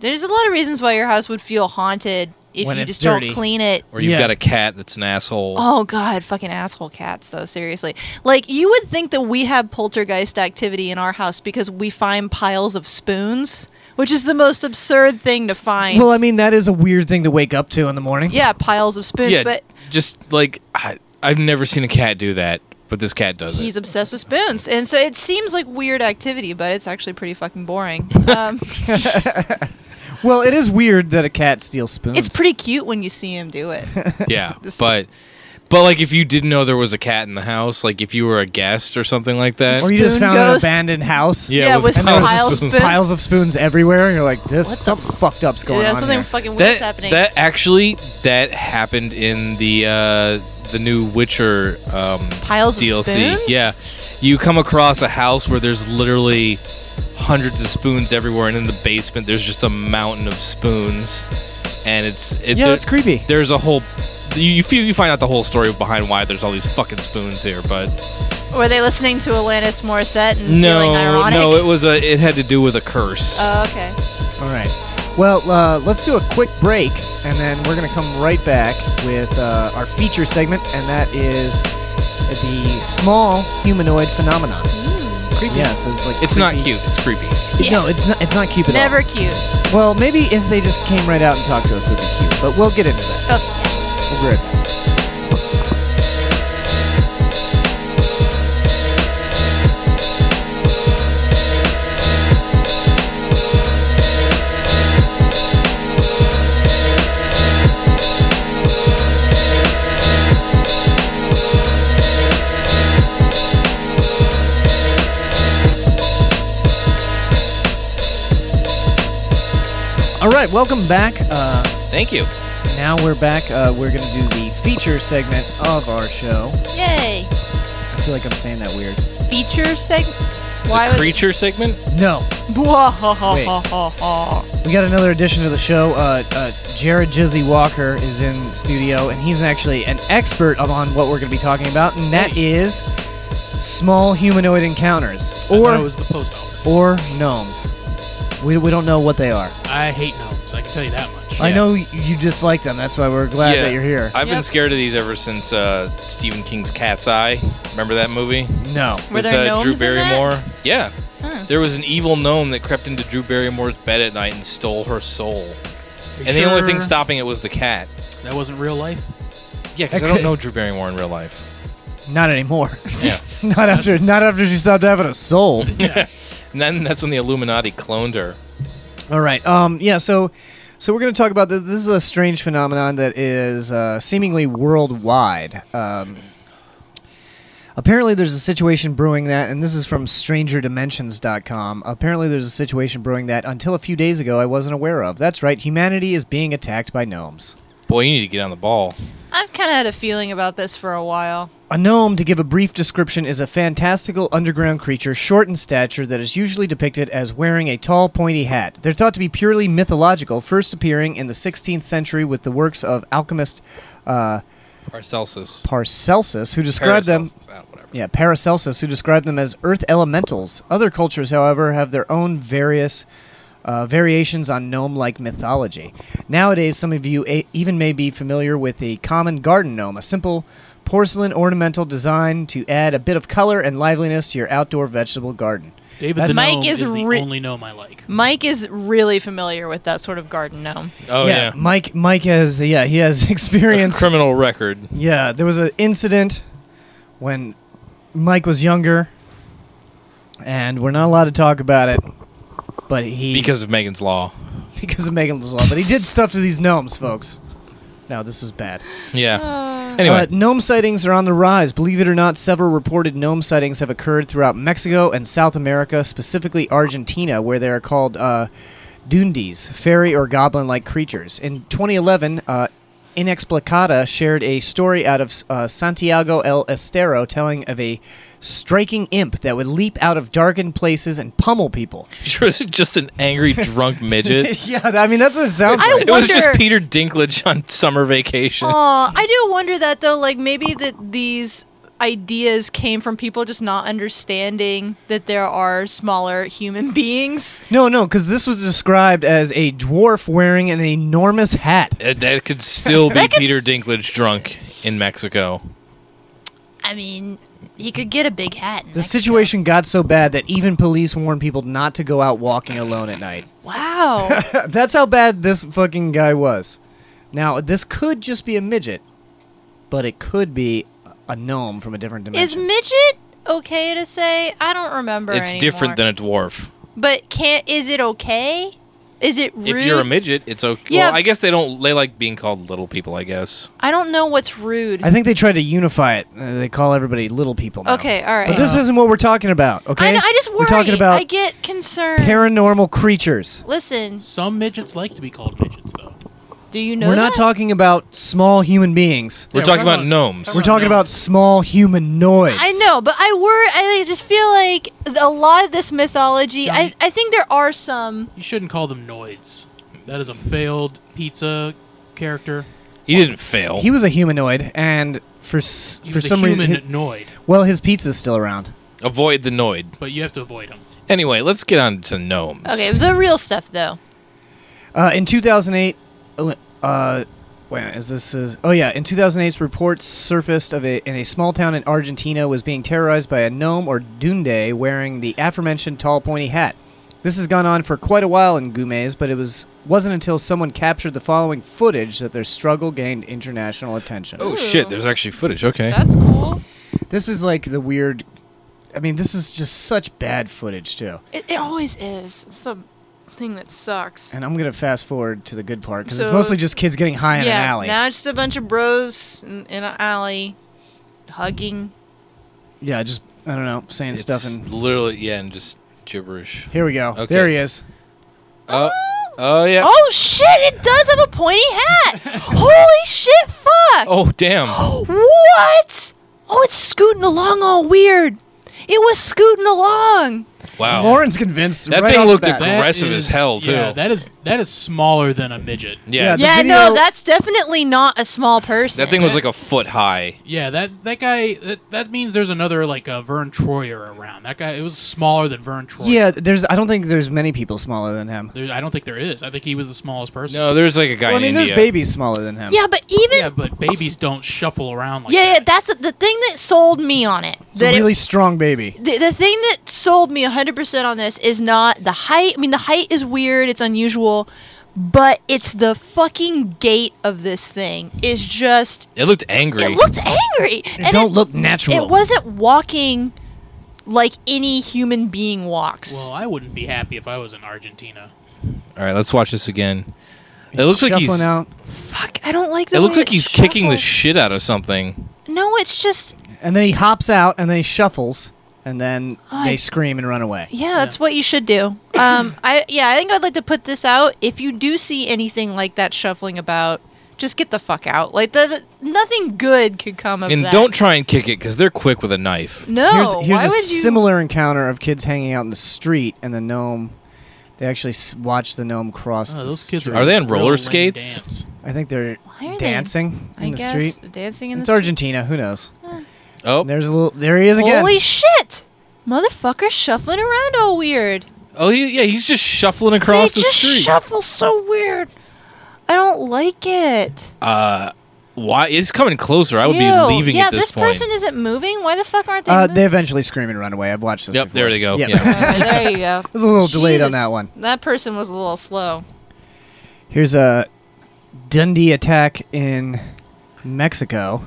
I: there's a lot of reasons why your house would feel haunted if
A: When
I: you
A: it's
I: just
A: dirty.
I: don't clean it.
H: Or you've
A: Yeah.
H: got a cat that's an asshole.
I: Oh god, fucking asshole cats though, seriously. Like you would think that we have poltergeist activity in our house because we find piles of spoons, which is the most absurd thing to find.
A: Well, I mean, that is a weird thing to wake up to in the morning.
I: yeah, piles of spoons,
H: yeah,
I: but
H: just like I, I've never seen a cat do that, but this cat does
I: he's
H: it.
I: obsessed with spoons. And so it seems like weird activity, but it's actually pretty fucking boring. Um,
A: Well, it is weird that a cat steals spoons.
I: it's pretty cute when you see him do it.
A: <laughs>
H: yeah, but but like if you didn't know there was a cat in the house, like if you were a guest or something like that.
A: Or you just
I: Spoon
A: found
I: ghost.
A: an abandoned house.
H: Yeah,
I: Yeah,
H: with
I: with,
H: And
A: there was
I: piles,
H: just
I: spoons.
A: Piles of spoons everywhere, and you're like, this something fucked up's going
I: yeah,
A: on.
I: something
A: here.
I: fucking
H: that
I: weird's happening.
H: that actually that happened in the uh, the new Witcher um,
A: Oh,
I: Piles of
H: DLC.
I: spoons?
H: Yeah, you come across a house where there's literally hundreds of spoons everywhere, and in the basement there's just a mountain of spoons, and it's it,
A: Yeah, that's creepy.
H: There's a whole. You, you feel you find out the whole story behind why there's all these fucking spoons here, but
I: Were they listening to Alanis Morissette and feeling
H: no,
I: ironic?
H: no, it was a it had to do with a curse.
I: Oh, okay.
A: All right. Well, uh, let's do a quick break, and then we're going to come right back with uh, our feature segment, and that is the small humanoid phenomenon.
I: Hmm.
A: Creepy. Yeah, so it's like
H: it's not
A: creepy-
H: cute. It's creepy.
A: No, it's not. It's not cute at all.
I: Never cute.
A: Well, maybe if they just came right out and talked to us, it would be cute. But we'll get into that.
I: Okay.
A: We'll be right back. All right, welcome back. Uh,
H: Thank you.
A: now we're back. Uh, we're going to do the feature segment of our show.
I: Yay.
A: I feel like I'm saying that weird.
I: Feature segment. Why
H: the
I: was <laughs>
H: creature segment.
A: No, We got another addition to the show. Uh, uh, Jared Jizzy Walker is in studio, and he's actually an expert on what we're going to be talking about, and that is small humanoid encounters,
J: I thought it
A: or
J: was the post office.
A: or gnomes. We, we don't know what they are.
J: I hate gnomes. I can tell you that much.
A: I know y- you dislike them. That's why we're glad that you're here.
H: I've been
I: Yep.
H: scared of these ever since uh, Stephen King's Cat's Eye. Remember that movie
A: no.
I: Were there
H: uh,
I: gnomes
H: Drew
I: in that?
H: Barrymore? Yeah, there was an evil gnome that crept into Drew Barrymore's bed at night and stole her soul. And the only
J: sure?
H: thing stopping it was the cat.
J: That wasn't real life.
H: Yeah, because I
A: That
H: don't
A: could-
H: know Drew Barrymore in real life.
A: Not anymore.
H: Yeah,
A: <laughs> not after. Not after she stopped having a soul.
H: and then that's when the Illuminati cloned her.
A: All right. Um, yeah. So, so we're going to talk about this. This is a strange phenomenon that is uh, seemingly worldwide. Um, apparently, there's a situation brewing that, and this is from StrangerDimensions.com. Apparently, there's a situation brewing that until a few days ago I wasn't aware of. That's right. Humanity is being attacked by gnomes.
H: Boy, you need to get on the ball.
I: I've kind of had a feeling about this for a while.
A: A gnome, to give a brief description, is a fantastical underground creature short in stature that is usually depicted as wearing a tall, pointy hat. They're thought to be purely mythological, first appearing in the 16th century with the works of alchemist uh,
H: Paracelsus.
A: Paracelsus, who described them.
H: Paracelsus. I don't- whatever.
A: Yeah, Paracelsus, who described them as earth elementals. Other cultures, however, have their own various uh, variations on gnome-like mythology. Nowadays, some of you a- even may be familiar with the common garden gnome, a simple porcelain ornamental design to add a bit of color and liveliness to your outdoor vegetable garden.
J: David
I: That's-
J: the
I: Mike
J: Gnome
I: is
J: is, the
I: re-
J: only gnome I like.
I: Mike is really familiar with that sort of garden gnome.
H: Oh yeah.
A: Mike. Mike has yeah. He has <laughs> experience.
H: Criminal record.
A: Yeah, there was an incident when Mike was younger, and we're not allowed to talk about it. But he
H: Because of Megan's Law.
A: because of Megan's law. But he did stuff to these gnomes, folks. No, this is bad.
H: Yeah. anyway. <laughs>
A: Uh, gnome sightings are on the rise. Believe it or not, several reported gnome sightings have occurred throughout Mexico and South America, specifically Argentina, where they are called uh, dundies, fairy or goblin like creatures. In 2011, uh, Inexplicada shared a story out of uh, Santiago el Estero telling of a striking imp that would leap out of darkened places and pummel people. <laughs>
H: Sure, it's just an angry drunk midget.
A: yeah, I mean, that's what it sounds
I: I
A: like.
H: it was just
I: wonder-
H: Peter Dinklage on summer vacation.
I: Aw, I do wonder that though. Like maybe that these ideas came from people just not understanding that there are smaller human <laughs> beings.
A: No, no, because this was described as a dwarf wearing an enormous hat.
H: Uh, That could still be
I: That could
H: Peter
I: s-
H: Dinklage drunk in Mexico.
I: I mean, he could get a big hat.
A: The situation got so bad that even police warned people not to go out walking alone at night. <laughs>
I: Wow.
A: That's how bad this fucking guy was. Now, this could just be a midget, but it could be a gnome from a different
I: is
A: dimension.
I: midget okay to say? I don't remember.
H: It's different than
I: anymore.
H: a dwarf.
I: But can't? Is it okay? Is it rude?
H: If you're a midget, it's okay.
I: Yeah.
H: Well, I guess they don't. They like being called little people. I guess.
I: I don't know what's rude.
A: I think they tried to unify it. Uh, they call everybody little people now.
I: Okay, all right. Oh.
A: But this isn't what we're talking about, okay?
I: I, know, I just worry.
A: We're talking
I: I
A: about
I: get concerned.
A: paranormal creatures.
I: Listen,
J: Some midgets like to be called midgets, though.
I: do you know
A: we're not
I: that?
A: talking about small human beings.
H: We're
J: Yeah,
H: talking
J: we're
H: about
J: not-
H: gnomes.
A: We're talking about small humanoids.
I: I know, but I worry. I just feel like a lot of this mythology. I,
J: Johnny-
I: I think there are some.
J: You shouldn't call them noids. That is a failed pizza character.
H: He didn't fail.
A: He was a humanoid, and for s-
J: He
A: for
J: was a
A: some
J: human
A: reason, hi-
J: noid,
A: well, his pizza's still around.
H: Avoid the noid.
J: but you have to avoid him.
H: Anyway, let's get on to gnomes.
I: Okay, the real stuff though.
A: Uh, in 2008, uh, uh, wait, is this? Is, oh yeah, in 2008's reports surfaced of a in a small town in Argentina was being terrorized by a gnome or dunde wearing the aforementioned tall pointy hat. This has gone on for quite a while in Gumes, but it was wasn't until someone captured the following footage that their struggle gained international attention.
H: Oh shit! There's actually footage. Okay.
I: That's cool.
A: This is like the weird. I mean, this is just such bad footage too.
I: It, it always is. It's the thing that sucks.
A: And I'm gonna fast forward to the good part because it's
I: So-
A: mostly just kids getting high in
I: yeah,
A: an alley.
I: now it's just a bunch of bros in, in an alley,
A: <laughs>
I: hugging.
A: yeah, just I don't know, saying
H: It's
A: stuff and
H: literally yeah, and just gibberish.
A: here we go.
H: Okay.
A: There he is.
H: Oh, oh yeah.
I: Oh shit! It does have a pointy
A: <laughs>
I: hat. Holy shit! Fuck.
H: Oh damn.
I: What? Oh, it's scooting along all weird. It was scooting along.
H: Wow.
A: Lauren's convinced.
H: Oh. That
A: right
H: thing
A: off the
H: looked
A: bat.
H: aggra- Aggressive as hell, too.
J: Yeah, that is that is smaller than a midget.
H: yeah.
A: The
I: yeah,
A: video-
I: no, that's definitely not a small person.
H: that thing was like a foot high.
J: Yeah, that that guy. That, that means there's another like a Vern Troyer around. That guy. It was smaller than Vern Troyer.
A: Yeah, there's. I don't think there's many people smaller than him.
J: There, I don't think there is. I think he was the smallest person.
H: No, there's like a guy
A: Well, I
H: in
A: mean,
H: India.
A: there's babies smaller than him.
I: Yeah, but even
J: Yeah, but babies don't shuffle around like
I: yeah, yeah,
J: that.
I: that's the thing that sold me on it.
A: It's
I: That
A: a
I: it-
A: really strong baby.
I: the, the thing that sold me 100% on this is not the height. I mean, the height is weird, it's unusual, but it's the fucking gait of this thing is just
H: It looked angry.
I: it looked angry.
A: It
I: And
A: don't
I: it,
A: look natural.
I: it wasn't walking like any human being walks.
J: Well, I wouldn't be happy if I was in Argentina.
H: All right, let's watch this again. It looks like he's.
A: Shuffling out,
I: Fuck, I don't like the
H: It
I: way
H: looks like he's kicking the
I: shuffles.
H: shit out of something.
I: No, it's just
A: and then he hops out, and then he shuffles, and then they scream and run away.
I: yeah, that's what you should do. Um, I yeah, I think I'd like to put this out. If you do see anything like that shuffling about, just get the fuck out. Like the, the- nothing good could come of
H: And
I: that.
H: don't try and kick it because they're quick with a knife.
I: No,
A: here's, here's
I: why
A: a
I: would you?
A: similar encounter of kids hanging out in the street and the gnome they actually s- watch the gnome cross
J: Oh,
A: the
J: those kids
A: street.
J: are,
H: Are they on
J: real
H: roller
J: lame
H: skates?
J: dance.
A: i think they're
I: are they
A: dancing
I: I
A: in the
I: guess
A: street
I: dancing in
A: it's
I: the
A: argentina who knows
H: Oh,
A: there's a little there he is
I: street.
A: again
I: Holy shit, motherfucker, shuffling around all weird.
H: oh, he, yeah, he's just shuffling across
I: they
H: the
I: just
H: street.
I: shuffle so weird. I don't like it.
H: uh, Why? It's coming closer. I would
I: Ew.
H: be leaving
I: yeah,
H: at this, point.
I: person isn't moving. Why the fuck aren't they?
A: Uh,
I: moving?
A: they eventually scream and run away. I've watched this.
H: Yep, there they go.
A: Yep.
H: Yeah.
I: Uh, there you go.
A: was a little delayed on that one.
I: That person was a little slow.
A: <laughs> Here's a Dundee attack in Mexico.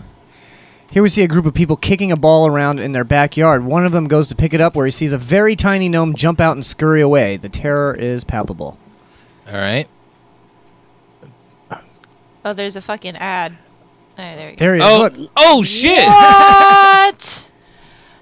A: Here we see a group of people kicking a ball around in their backyard. One of them goes to pick it up where he sees a very tiny gnome jump out and scurry away. The terror is palpable.
H: All right.
I: Oh, there's a fucking ad. Oh, there you
A: There he is.
H: Oh,
A: Look.
H: oh shit!
I: go. What?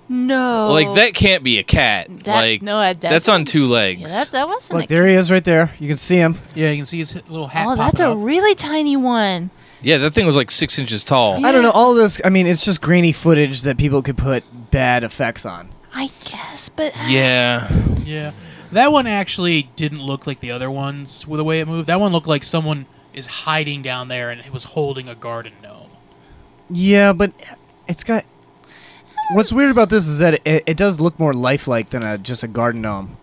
I: No.
H: Like that can't be a cat.
I: That-
H: like
I: no, that-
H: that's on two
I: Yeah,
H: legs.
I: that, that wasn't.
A: Look,
I: a,
A: there he is right there. You can see him.
J: Yeah, you can see his little hat.
I: oh, that's
J: popping
I: a
J: up.
I: really tiny one.
H: Yeah, that thing was like six inches tall.
A: I don't know. All this, I mean, it's just grainy footage that people could put bad effects on.
I: I guess, but
H: Yeah.
J: Yeah, that one actually didn't look like the other ones with the way it moved. That one looked like someone is hiding down there and it was holding a garden gnome.
A: Yeah, but it's got. What's weird about this is that it, it does look more lifelike than a, just a garden gnome.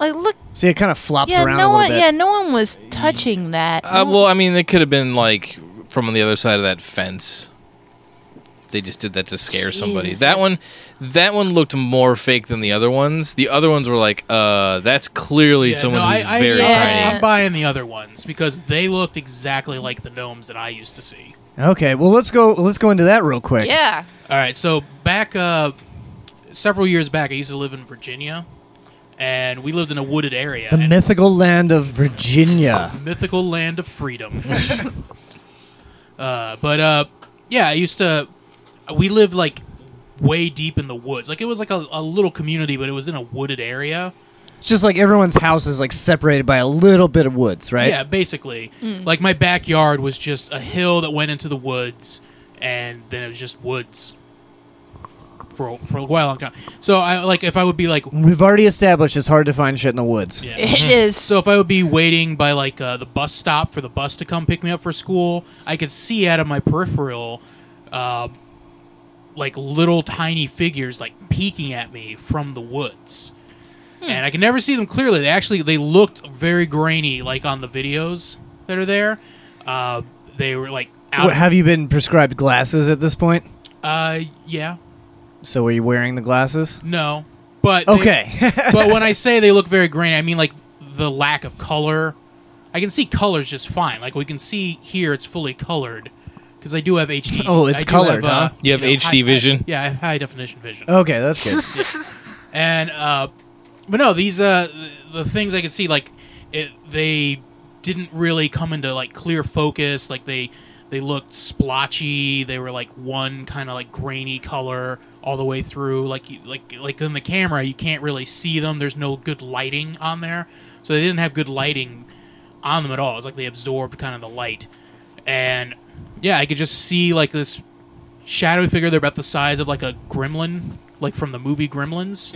I: like look,
A: See, it kind of flops
I: yeah,
A: around a
I: no uh,
A: little
I: one,
A: bit.
I: yeah, no one was touching that.
H: Uh, well, I mean, it could have been like from the other side of that fence. They just did that to scare somebody.
I: Jesus.
H: That one, that one looked more fake than the other ones. The other ones were like, uh, that's clearly
J: Yeah,
H: someone
J: no,
H: who's
J: I, I,
H: very
J: yeah,
H: tiny.
J: I'm buying the other ones because they looked exactly like the gnomes that I used to see.
A: Okay, well let's go. Let's go into that real quick.
I: yeah,
J: All right, so back uh, several years back, I used to live in Virginia, and we lived in a wooded area,
A: The
J: and
A: mythical land of Virginia.
J: mythical land of freedom. <laughs> uh, but uh, yeah, I used to. We lived like way deep in the woods. Like it was like a, a little community, but it was in a wooded area.
A: Just like everyone's house is like separated by a little bit of woods, right?
J: Yeah, basically. Like my backyard was just a hill that went into the woods, and then it was just woods for a- for a while long time. So I like if I would be like
A: We've already established it's hard to find shit in the woods.
J: Yeah.
I: it is.
J: So if I would be waiting by like uh, the bus stop for the bus to come pick me up for school, I could see out of my peripheral, uh, like little tiny figures like peeking at me from the woods,
I: Hmm.
J: and I could never see them clearly. They actually they looked very grainy, like on the videos that are there. Uh, they were like out.
A: What, have you been prescribed glasses at this point?
J: uh, yeah,
A: So are you wearing the glasses?
J: no, but they-
A: Okay. <laughs>
J: but when I say they look very grainy, I mean like the lack of color. I can see colors just fine. Like we can see here, it's fully colored because I do have HD.
A: <laughs> Oh, it's
J: I do
A: colored, huh? Oh,
H: You have HD
J: high-
H: vision?
J: yeah, I have high definition vision.
A: okay, that's
I: <laughs>
A: good.
J: And uh, but no, these uh, th- the things I could see like it, they didn't really come into like clear focus. Like they they looked splotchy. They were like one kind of like grainy color all the way through. Like you, like like in the camera, you can't really see them. There's no good lighting on there, so they didn't have good lighting on them at all. It's like they absorbed kind of the light, and yeah, I could just see like this shadowy figure. They're about the size of like a gremlin, like from the movie Gremlins.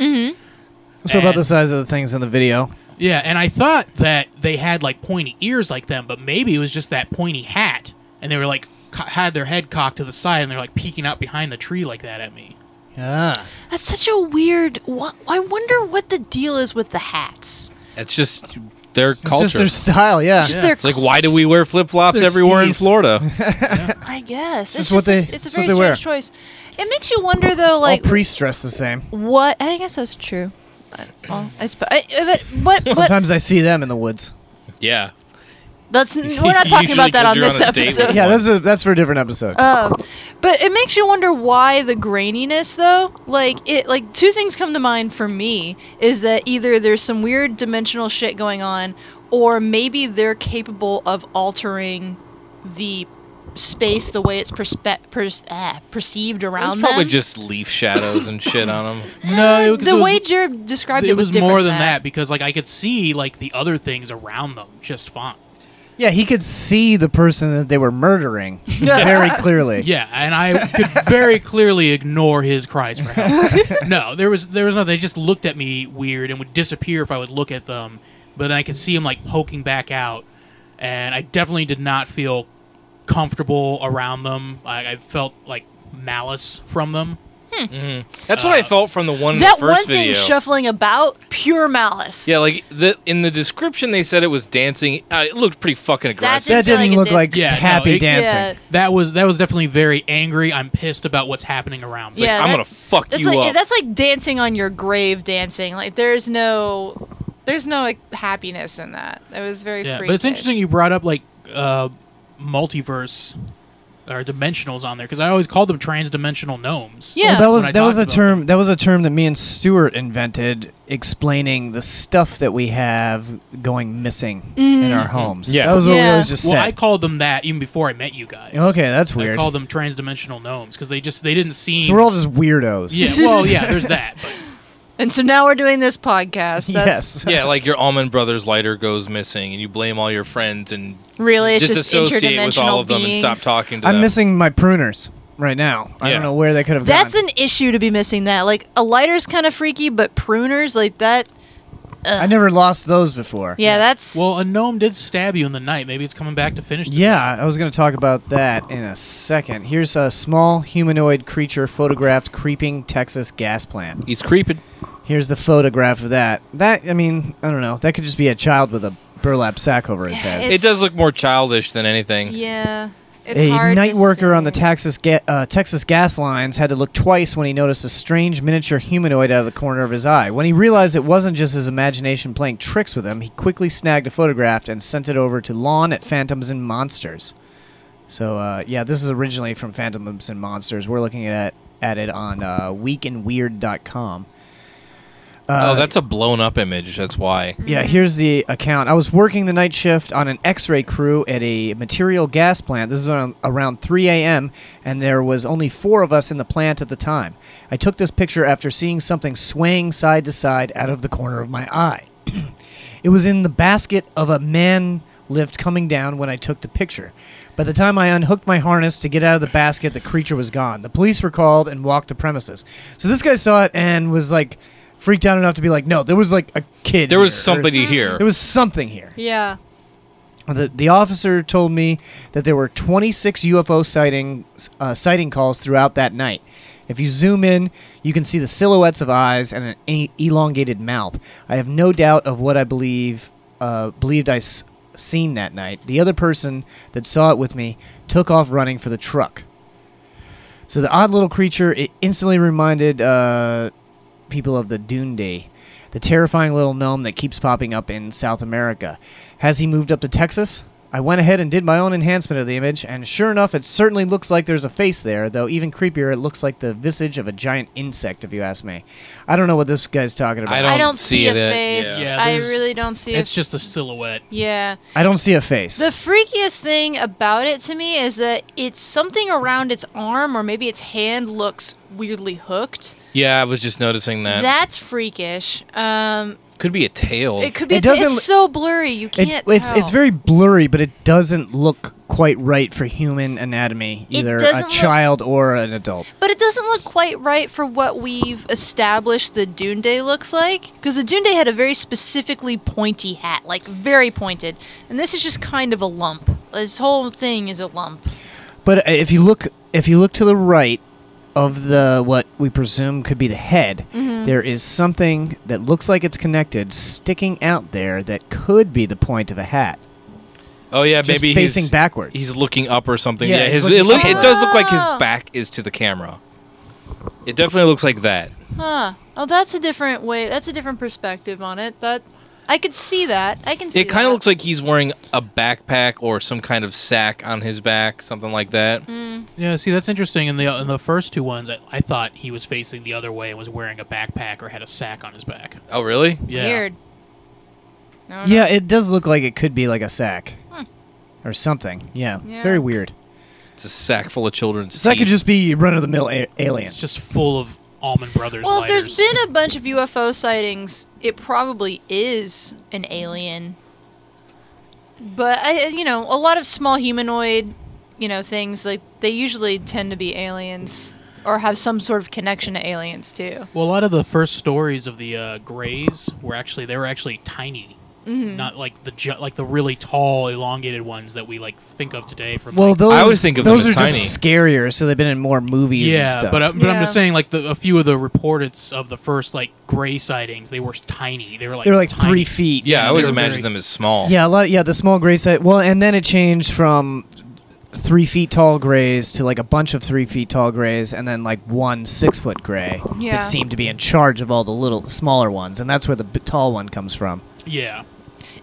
A: So about the
J: And-
A: size of the things in the video.
J: Yeah, and I thought that they had like pointy ears like them, but maybe it was just that pointy hat, and they were like co- had their head cocked to the side, and they're like peeking out behind the tree like that at me.
A: Yeah.
I: That's such a weird. wh- I wonder what the deal is with the hats.
H: It's just their
A: It's
H: culture.
A: just their style, yeah.
I: Just their.
H: It's like, why do we wear flip flops
A: It's their
H: everywhere in
A: steez.
H: Florida?
A: <laughs>
I: I guess
A: just
I: it's
A: what
I: just a-
A: they-
I: It's a
A: it's
I: very
A: what they wear.
I: strange choice. It makes you wonder though, like
A: All priests dress the same.
I: what? I guess that's true. I, well, I suppose. I, I- but but, but
A: Sometimes I see them in the woods.
H: yeah.
I: that's n-
H: <laughs>
I: we're not talking
H: Usually
I: about that
H: 'cause
I: on
H: you're on
I: this
H: a date with
I: episode.
A: Yeah, that's a, that's for a different episode.
I: Um, but it makes you wonder why the graininess, though. Like it, like two things come to mind for me is that either there's some weird dimensional shit going on, or maybe they're capable of altering the space the way it's perspe- pers- ah, perceived
H: It's
I: around
H: probably
I: them.
H: just leaf shadows and shit on them.
J: No,
I: the way Jared described it,
J: it was
I: different
J: more
I: than
J: than that because like I could see like the other things around them just fine.
A: Yeah, he could see the person that they were
I: <laughs>
A: murdering very clearly.
J: Yeah, and I could very clearly ignore his cries for
I: <laughs>
J: help. no, there was there was nothing. They just looked at me weird and would disappear if I would look at them. But then I could see him like poking back out, and I definitely did not feel comfortable around them. I, I felt like malice from them.
H: That's
J: Uh,
H: what I felt from the one in
I: that
H: the first
I: one thing
H: video.
I: shuffling about, pure malice.
H: yeah, like the in the description they said it was dancing. Uh, it looked pretty fucking aggressive.
I: didn't That feel didn't like a look dance- like
J: Yeah, no,
A: happy
J: it-
A: dancing. Yeah.
J: That was that was definitely very angry. I'm pissed about what's happening around. me.
I: Yeah, that-
H: fuck
I: That's like that's like dancing on your grave, dancing. Like there's no, there's no like, happiness in that. It was very
J: yeah,
I: freakish.
J: but it's interesting you brought up like uh, multiverse or dimensionals on there because I always called them transdimensional gnomes.
A: Well, that was
J: when I
A: that was a
J: talked about
A: term that was a term that me and Stuart invented, explaining the stuff that we have going missing in
I: Mm.
A: our homes. that was what we always just
J: well, I
A: said.
J: called them that even before I met you guys.
A: Okay, that's weird.
J: I called them transdimensional gnomes because they just they didn't seem.
A: so we're all just weirdos.
I: <laughs>
J: yeah. Well, yeah. There's that. but-
I: And so now we're doing this podcast.
A: <laughs>
H: <laughs>
I: That's
H: yeah, like your almond brothers lighter goes missing, and you blame all your friends and
I: Really, it's
H: just
I: just
H: associate with all
I: interdimensional
H: of them and stop
I: beings.
H: talking to
A: I'm
H: them.
A: missing my pruners right now. I
H: Yeah.
A: don't know where they could have.
I: that's
A: gone.
I: an issue to be missing. That like a lighter's kind of freaky, but pruners like that. uh,
A: I never lost those before.
I: Yeah, that's
J: Well, a gnome did stab you in the night. Maybe it's coming back to finish. The
A: Yeah, I was going to talk about that in a second. Here's a small humanoid creature photographed creeping Texas gas plant.
H: He's creeping.
A: Here's the photograph of that. That, I mean, I don't know. That could just be a child with a burlap sack over his head.
H: It does look more childish than anything.
K: Yeah. It's
A: a
K: hard.
A: night
K: to
A: worker on the Texas, ga- uh, Texas gas lines had to look twice when he noticed a strange miniature humanoid out of the corner of his eye. When he realized it wasn't just his imagination playing tricks with him, he quickly snagged a photograph and sent it over to Lawn at Phantoms and Monsters. So, uh, yeah, this is originally from Phantoms and Monsters. We're looking at, at it on uh, weekandweird.com.
H: oh, that's a blown up image. That's why.
A: Yeah, here's the account. I was working the night shift on an x ray crew at a material gas plant. This is around, around 3 a.m., and there was only four of us in the plant at the time. I took this picture after seeing something swaying side to side out of the corner of my eye. it was in the basket of a man lift coming down when I took the picture. By the time I unhooked my harness to get out of the basket, the creature was gone. The police were called and walked the premises. So this guy saw it and was like freaked out enough to be like, no, there was like a kid.
H: There was
A: here," or,
H: somebody here.
A: There was something here.
I: yeah.
A: The, the officer told me that there were 26 UFO sightings, uh, sighting calls throughout that night. If you zoom in, you can see the silhouettes of eyes and an e- elongated mouth. I have no doubt of what I believe uh, believed I s- seen that night. The other person that saw it with me took off running for the truck. So the odd little creature it instantly reminded uh, people of the Dune Day, the terrifying little gnome that keeps popping up in South America. Has he moved up to Texas? I went ahead and did my own enhancement of the image, and sure enough, it certainly looks like there's a face there, though even creepier, it looks like the visage of a giant insect, if you ask me. I don't know what this guy's talking about.
H: I
K: I
H: don't
K: don't see,
H: see
K: a
H: that,
K: face.
J: yeah. Yeah,
K: I
J: there's-
K: really don't see a
J: It's just a silhouette.
K: Yeah.
A: I don't see a face.
K: The freakiest thing about it to me is that it's something around its arm or maybe its hand looks weirdly hooked.
H: Yeah, I was just noticing that.
K: That's freakish. Um,
H: could be a tail.
K: it could be.
A: It
K: a ta-
A: doesn't-
K: it's so blurry you
A: It-
K: can't.
A: it's
K: tell.
A: it's very blurry, but it doesn't look quite right for human anatomy,
K: It
A: either
K: doesn't
A: a
K: look-
A: child or an adult.
I: But it doesn't look quite right for what we've established the Dune Day looks like. Because the Dune Day had a very specifically pointy hat, like very pointed. And this is just kind of a lump. This whole thing is a lump.
A: But uh, if you look, if you look to the right of the what we presume could be the head, there is something that looks like it's connected, sticking out there that could be the point of a hat.
H: oh yeah,
A: just
H: maybe
A: facing
H: he's,
A: backwards.
H: He's looking up or something.
A: Yeah,
H: Yeah,
A: he's
H: his,
A: looking
H: it, look,
A: upward.
H: it does look like his
K: Oh.
H: back is to the camera. It definitely looks like that.
K: Huh. Oh, that's a different way. That's a different perspective on it. That I could see that. I can see.
H: It kind of
K: that.
H: looks like he's wearing a backpack or some kind of sack on his back, something like that.
K: Mm.
J: Yeah, see, that's interesting. In the in the first two ones, I, I thought he was facing the other way and was wearing a backpack or had a sack on his back.
H: Oh, really?
J: Yeah.
I: Weird.
A: Yeah, it does look like it could be like a sack or something. Yeah,
K: Yeah.
A: very weird.
H: It's a sack full of children's
A: So that could
H: teeth.
A: just be run of the mill a- alien.
J: It's just full of Almond Brothers.
K: Well, if there's
J: lighters.
K: been a bunch of UFO sightings, it probably is an alien. But I, uh, you know, a lot of small humanoid, you know, things like they usually tend to be aliens or have some sort of connection to aliens too.
J: Well, a lot of the first stories of the uh, Greys were actually they were actually tiny
K: Mm-hmm.
I: Mhm.
G: not like the ju- like the really tall, elongated ones that we like think of today. From
A: Well,
G: like-
A: those those are just scarier, so they've been in more movies.
G: yeah,
A: and stuff.
G: but I, but I'm just saying, like the, a few of the reports of the first like gray sightings, they were tiny. They were like
A: They were, like,
G: tiny.
A: three feet.
H: Yeah, I
G: They
H: always
G: were
H: imagined
G: very-
H: them as small.
A: Yeah, a lot. Yeah, the small gray set. Well, and then it changed from three feet tall grays to like a bunch of three feet tall grays, and then like one six foot gray
G: Yeah.
A: that seemed to be in charge of all the little smaller ones, and that's where the b- tall one comes from.
G: Yeah.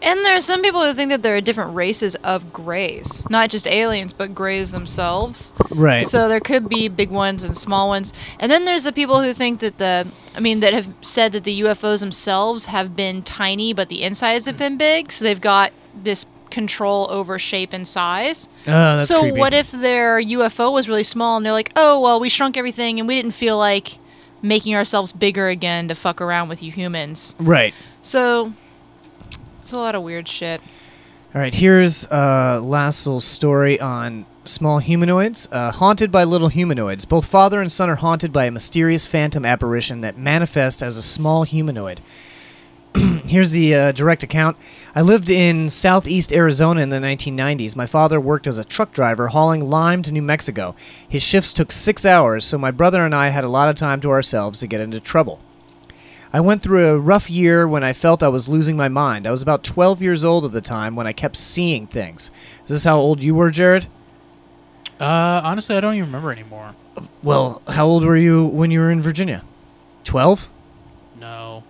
I: And there are some people who think that there are different races of grays, not just aliens, but grays themselves.
A: Right.
I: So there could be big ones and small ones. And then there's the people who think that the, I mean, that have said that the UFOs themselves have been tiny, but the insides have been big. So they've got this control over shape and size.
A: Oh, that's
I: so
A: creepy.
I: what if their UFO was really small and they're like, oh, well, we shrunk everything and we didn't feel like making ourselves bigger again to fuck around with you humans.
A: Right.
I: So it's a lot of weird shit.
A: All right. Here's uh, Lassel's story on small humanoids uh, haunted by little humanoids. Both father and son are haunted by a mysterious phantom apparition that manifests as a small humanoid. <clears throat> Here's the uh, direct account. I lived in southeast Arizona in the 1990s. My father worked as a truck driver hauling lime to New Mexico. His shifts took six hours, so my brother and I had a lot of time to ourselves to get into trouble. I went through a rough year when I felt I was losing my mind. I was about 12 years old at the time when I kept seeing things. Is this how old you were, Jared?
G: Uh, honestly, I don't even remember anymore.
A: Well, how old were you when you were in Virginia? 12?
G: No.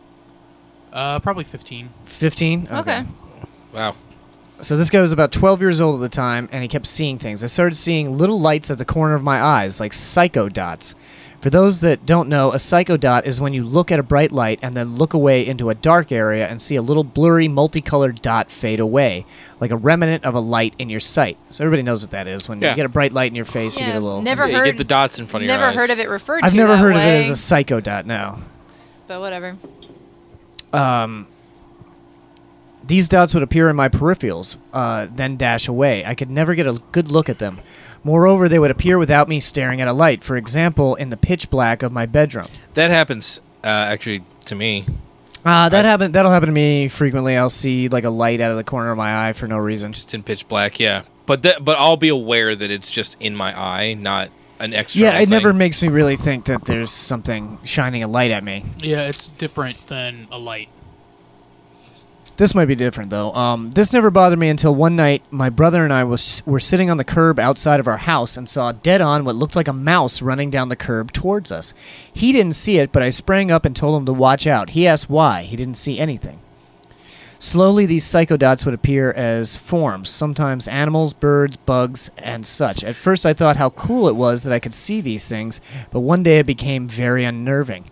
G: Uh, probably 15.
A: 15?
H: Wow.
A: So this guy was about 12 years old at the time, and he kept seeing things. I started seeing little lights at the corner of my eyes, like psycho dots. For those that don't know, a psycho dot is when you look at a bright light and then look away into a dark area and see a little blurry, multicolored dot fade away, like a remnant of a light in your sight. So everybody knows what that is. When
H: Yeah.
A: you get a bright light in your face, you get a little.
I: never
H: Yeah, you
I: heard.
H: get the dots in front of your
I: never
H: eyes.
I: heard of it referred
A: I've
I: to.
A: never
I: that
A: heard
I: way,
A: of it as a psycho dot. Now.
I: But whatever.
A: Um, these dots would appear in my peripherals, uh, then dash away. I could never get a good look at them. Moreover, they would appear without me staring at a light, for example, in the pitch black of my bedroom.
H: That happens uh, actually to me.
A: Uh, that happen, that'll happen to me frequently. I'll see like a light out of the corner of my eye for no reason.
H: It's in pitch black, yeah. But that, but I'll be aware that it's just in my eye, not an extra.
A: Yeah, it never makes me really think that there's something shining a light at me.
G: Yeah, it's different than a light.
A: This might be different though. Um, this never bothered me until one night my brother and I was were sitting on the curb outside of our house and saw dead on what looked like a mouse running down the curb towards us. He didn't see it, but I sprang up and told him to watch out. He asked why. He didn't see anything. Slowly, these psychodots would appear as forms, sometimes animals, birds, bugs, and such. At first, I thought how cool it was that I could see these things, but one day it became very unnerving.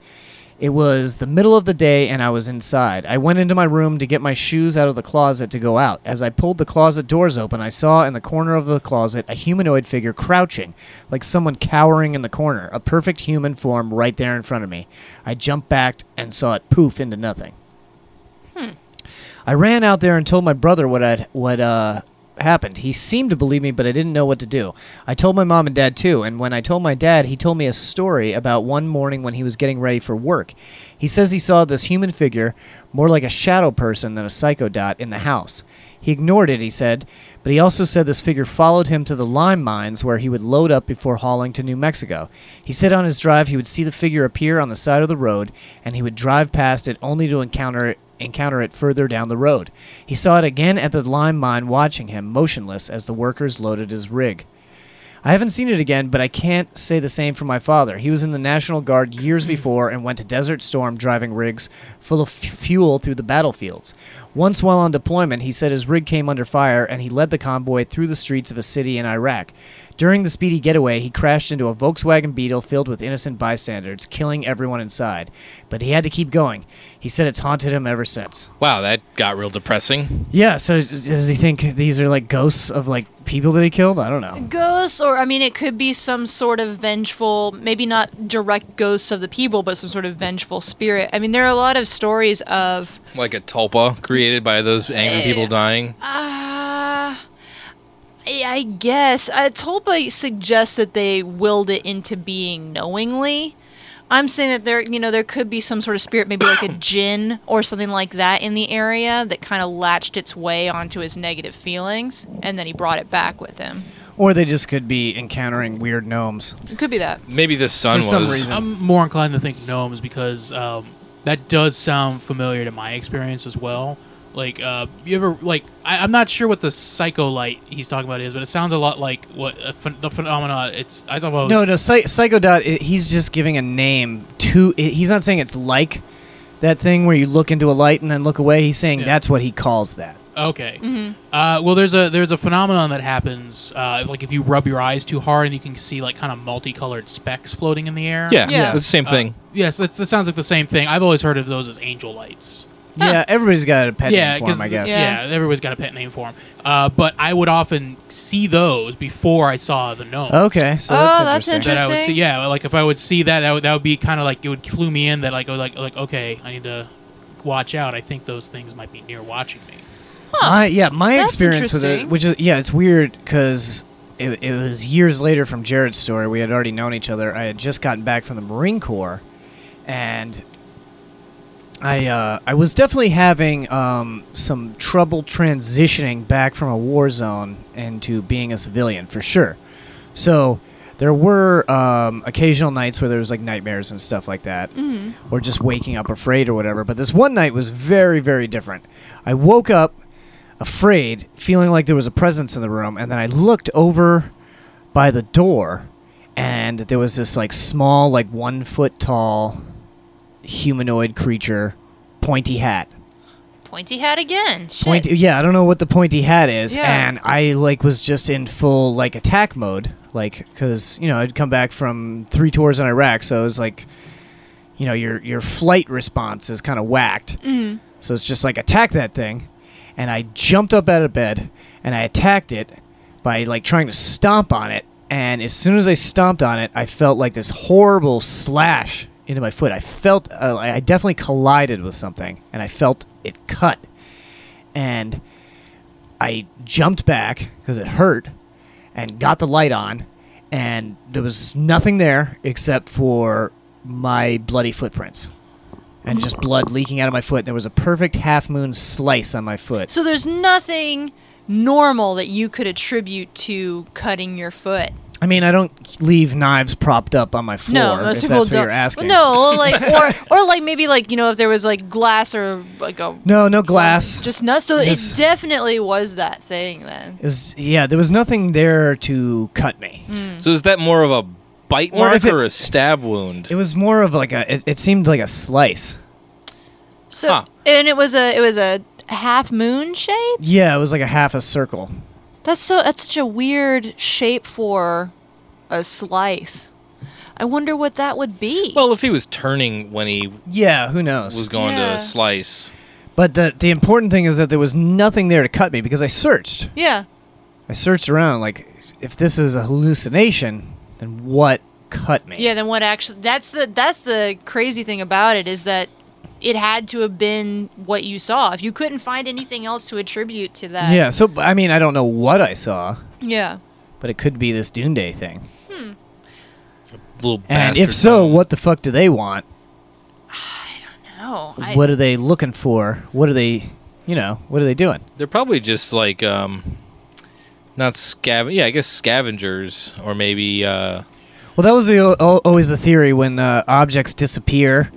A: It was the middle of the day, and I was inside. I went into my room to get my shoes out of the closet to go out. As I pulled the closet doors open, I saw in the corner of the closet a humanoid figure crouching, like someone cowering in the corner, a perfect human form right there in front of me. I jumped back and saw it poof into nothing. I ran out there and told my brother what had what uh happened. He seemed to believe me, but I didn't know what to do. I told my mom and dad too, and when I told my dad, he told me a story about one morning when he was getting ready for work. He says he saw this human figure, more like a shadow person than a psychodot, in the house. He ignored it, he said, but he also said this figure followed him to the lime mines where he would load up before hauling to New Mexico. He said on his drive he would see the figure appear on the side of the road and he would drive past it only to encounter it encounter it further down the road. He saw it again at the lime mine watching him motionless as the workers loaded his rig. I haven't seen it again, but I can't say the same for my father. He was in the National Guard years before and went to Desert Storm driving rigs full of f- fuel through the battlefields. Once while on deployment, he said his rig came under fire and he led the convoy through the streets of a city in Iraq. During the speedy getaway, he crashed into a Volkswagen Beetle filled with innocent bystanders, killing everyone inside. But he had to keep going. He said it's haunted him ever since.
H: Wow, that got real depressing.
A: Yeah, so does he think these are like ghosts of like people that he killed? I don't know.
I: Ghosts, or I mean, it could be some sort of vengeful, maybe not direct ghosts of the people, but some sort of vengeful spirit. I mean, there are a lot of stories of
H: Like a tulpa created by those angry people
I: Eh.
H: dying.
I: Uh, I I guess. Uh, Tolpa suggests that they willed it into being knowingly, I'm saying that there, you know, there could be some sort of spirit,
J: <coughs>
I: maybe like a jinn or something like that in the area that kind of latched its way onto his negative feelings, and then he brought it back with him.
A: Or they just could be encountering weird gnomes.
I: It could be that.
H: Maybe the sun
A: For some
H: was.
A: reason.
J: I'm more inclined to think gnomes because um, that does sound familiar to my experience as well. Like, uh, you ever like? I, I'm not sure what the psycholite he's talking about is, but it sounds a lot like what a phen- the phenomena. It's I thought it was
A: No, no, Psy- Psychodot. i he's just giving a name to. i he's not saying it's like that thing where you look into a light and then look away. He's saying that's what he calls that.
J: Okay.
K: Mhm.
J: Uh, well, there's a there's a phenomenon that happens. Uh, if, like if you rub your eyes too hard, and you can see like kind of multicolored specks floating in the air.
H: Yeah, Yeah. that's the same
J: Uh,
H: thing.
J: yes, that's, that sounds like the same thing. I've always heard of those as angel lights.
A: Yeah, everybody's got a pet name for
J: 'cause
A: him, I
J: the-
A: guess.
J: Yeah. everybody's got a pet name for them. Uh, but I would often see those before I saw the gnome.
A: Okay, so that's Oh, that's interesting.
J: That I would see,
A: interesting.
J: yeah, like if I would see that, that would, that would be kind of like it would clue me in that like oh, like like okay, I need to watch out. I think those things might be near watching me.
A: My, yeah, my
J: That's
A: experience with it,
J: interesting.
A: which is yeah, it's weird because it, it was years later from Jared's story. We had already known each other. I had just gotten back from the Marine Corps, and I uh, I was definitely having um, some trouble transitioning back from a war zone into being a civilian for sure. So there were um, occasional nights where there was like nightmares and stuff like that,
J: Mm-hmm.
L: Mhm.
A: or just waking up afraid or whatever. But this one night was very very different. I woke up afraid, feeling like there was a presence in the room, and then I looked over by the door, and there was this like small, like one foot tall humanoid creature, pointy hat.
K: Pointy hat again. Shit.
A: Pointy, yeah, I don't know what the pointy hat is,
K: Yeah.
A: and I like was just in full like attack mode, like because you know I'd come back from three tours in Iraq, so it was like, you know, your your flight response is kind of whacked.
L: Mm.
A: So it's just like attack that thing, and I jumped up out of bed and I attacked it by like trying to stomp on it. And as soon as I stomped on it, I felt like this horrible slash into my foot. I felt uh, I I definitely collided with something, and I felt it cut. And I jumped back because it hurt, and got the light on, and there was nothing there except for my bloody footprints and just blood leaking out of my foot. There was a perfect half moon slice on my foot.
I: So there's nothing normal that you could attribute to cutting your foot.
A: I mean, I don't leave knives propped up on my floor.
I: no, most
A: if
I: people
A: that's
I: don't.
A: what you're asking.
I: No,
A: <laughs>
I: like or or like maybe like you know if there was like glass or like a
A: no, no glass.
I: just nuts. So
A: Yes.
I: it definitely was that thing then.
A: It was yeah. There was nothing there to cut me.
I: Mm. hmm.
H: So is that more of a bite
A: Or
H: mark
A: if it-
H: or a stab wound?
A: It was more of like a. It, it seemed like a slice.
I: So and it was a it was a half moon shape.
A: Yeah, it was like a half a circle.
I: That's so that's such a weird shape for a slice. I wonder what that would be.
H: Well, if he was turning when he
A: Yeah, who knows?
H: was going
I: Yeah.
H: to slice,
A: But the the important thing is that there was nothing there to cut me because I searched.
I: yeah.
A: I searched around. Like, if this is a hallucination, then what cut me?
I: Yeah, then what actually that's the that's the crazy thing about it is that it had to have been what you saw. If you couldn't find anything else to attribute to that.
A: Yeah, so I mean, I don't know what I saw,
I: Yeah.
A: but it could be this Dune Day thing.
H: little
A: And
H: bastard.
A: if so, what the fuck do they want?
I: No. I,
A: what are they looking for? What are they, you know, what are they doing?
H: They're probably just like um, not scav. Yeah, I guess scavengers or maybe uh,
A: Well, that was the al- always the theory when uh, objects disappear,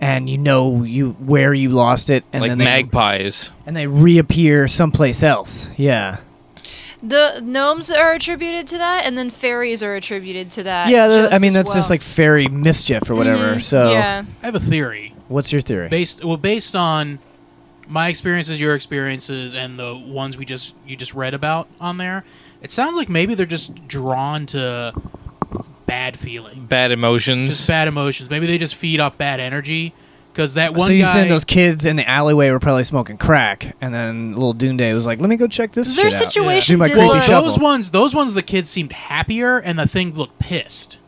A: and you know you where you lost it, and
H: like
A: then they,
H: magpies.
A: and they reappear someplace else. Yeah,
I: The gnomes are attributed to that and then fairies are attributed to that.
A: yeah. tha-
I: just
A: I mean,
I: as
A: that's just
I: well.
A: like fairy mischief or whatever.
I: Mhm,
A: So,
I: yeah.
J: I have a theory.
A: what's your theory?
J: Based well, based on my experiences, your experiences, and the ones we just you just read about on there, it sounds like maybe they're just drawn to bad feelings,
H: Bad emotions.
J: just bad emotions. Maybe they just feed off bad energy. Because that one
A: so you
J: guy,
A: saying those kids in the alleyway were probably smoking crack, and then little Dune Day was like, "Let me go check this."
J: Their
A: shit out."
J: situation
A: Do my
J: did-
A: creepy
J: well,
A: shuffle.
J: those ones, those ones, the kids seemed happier, and the thing looked pissed,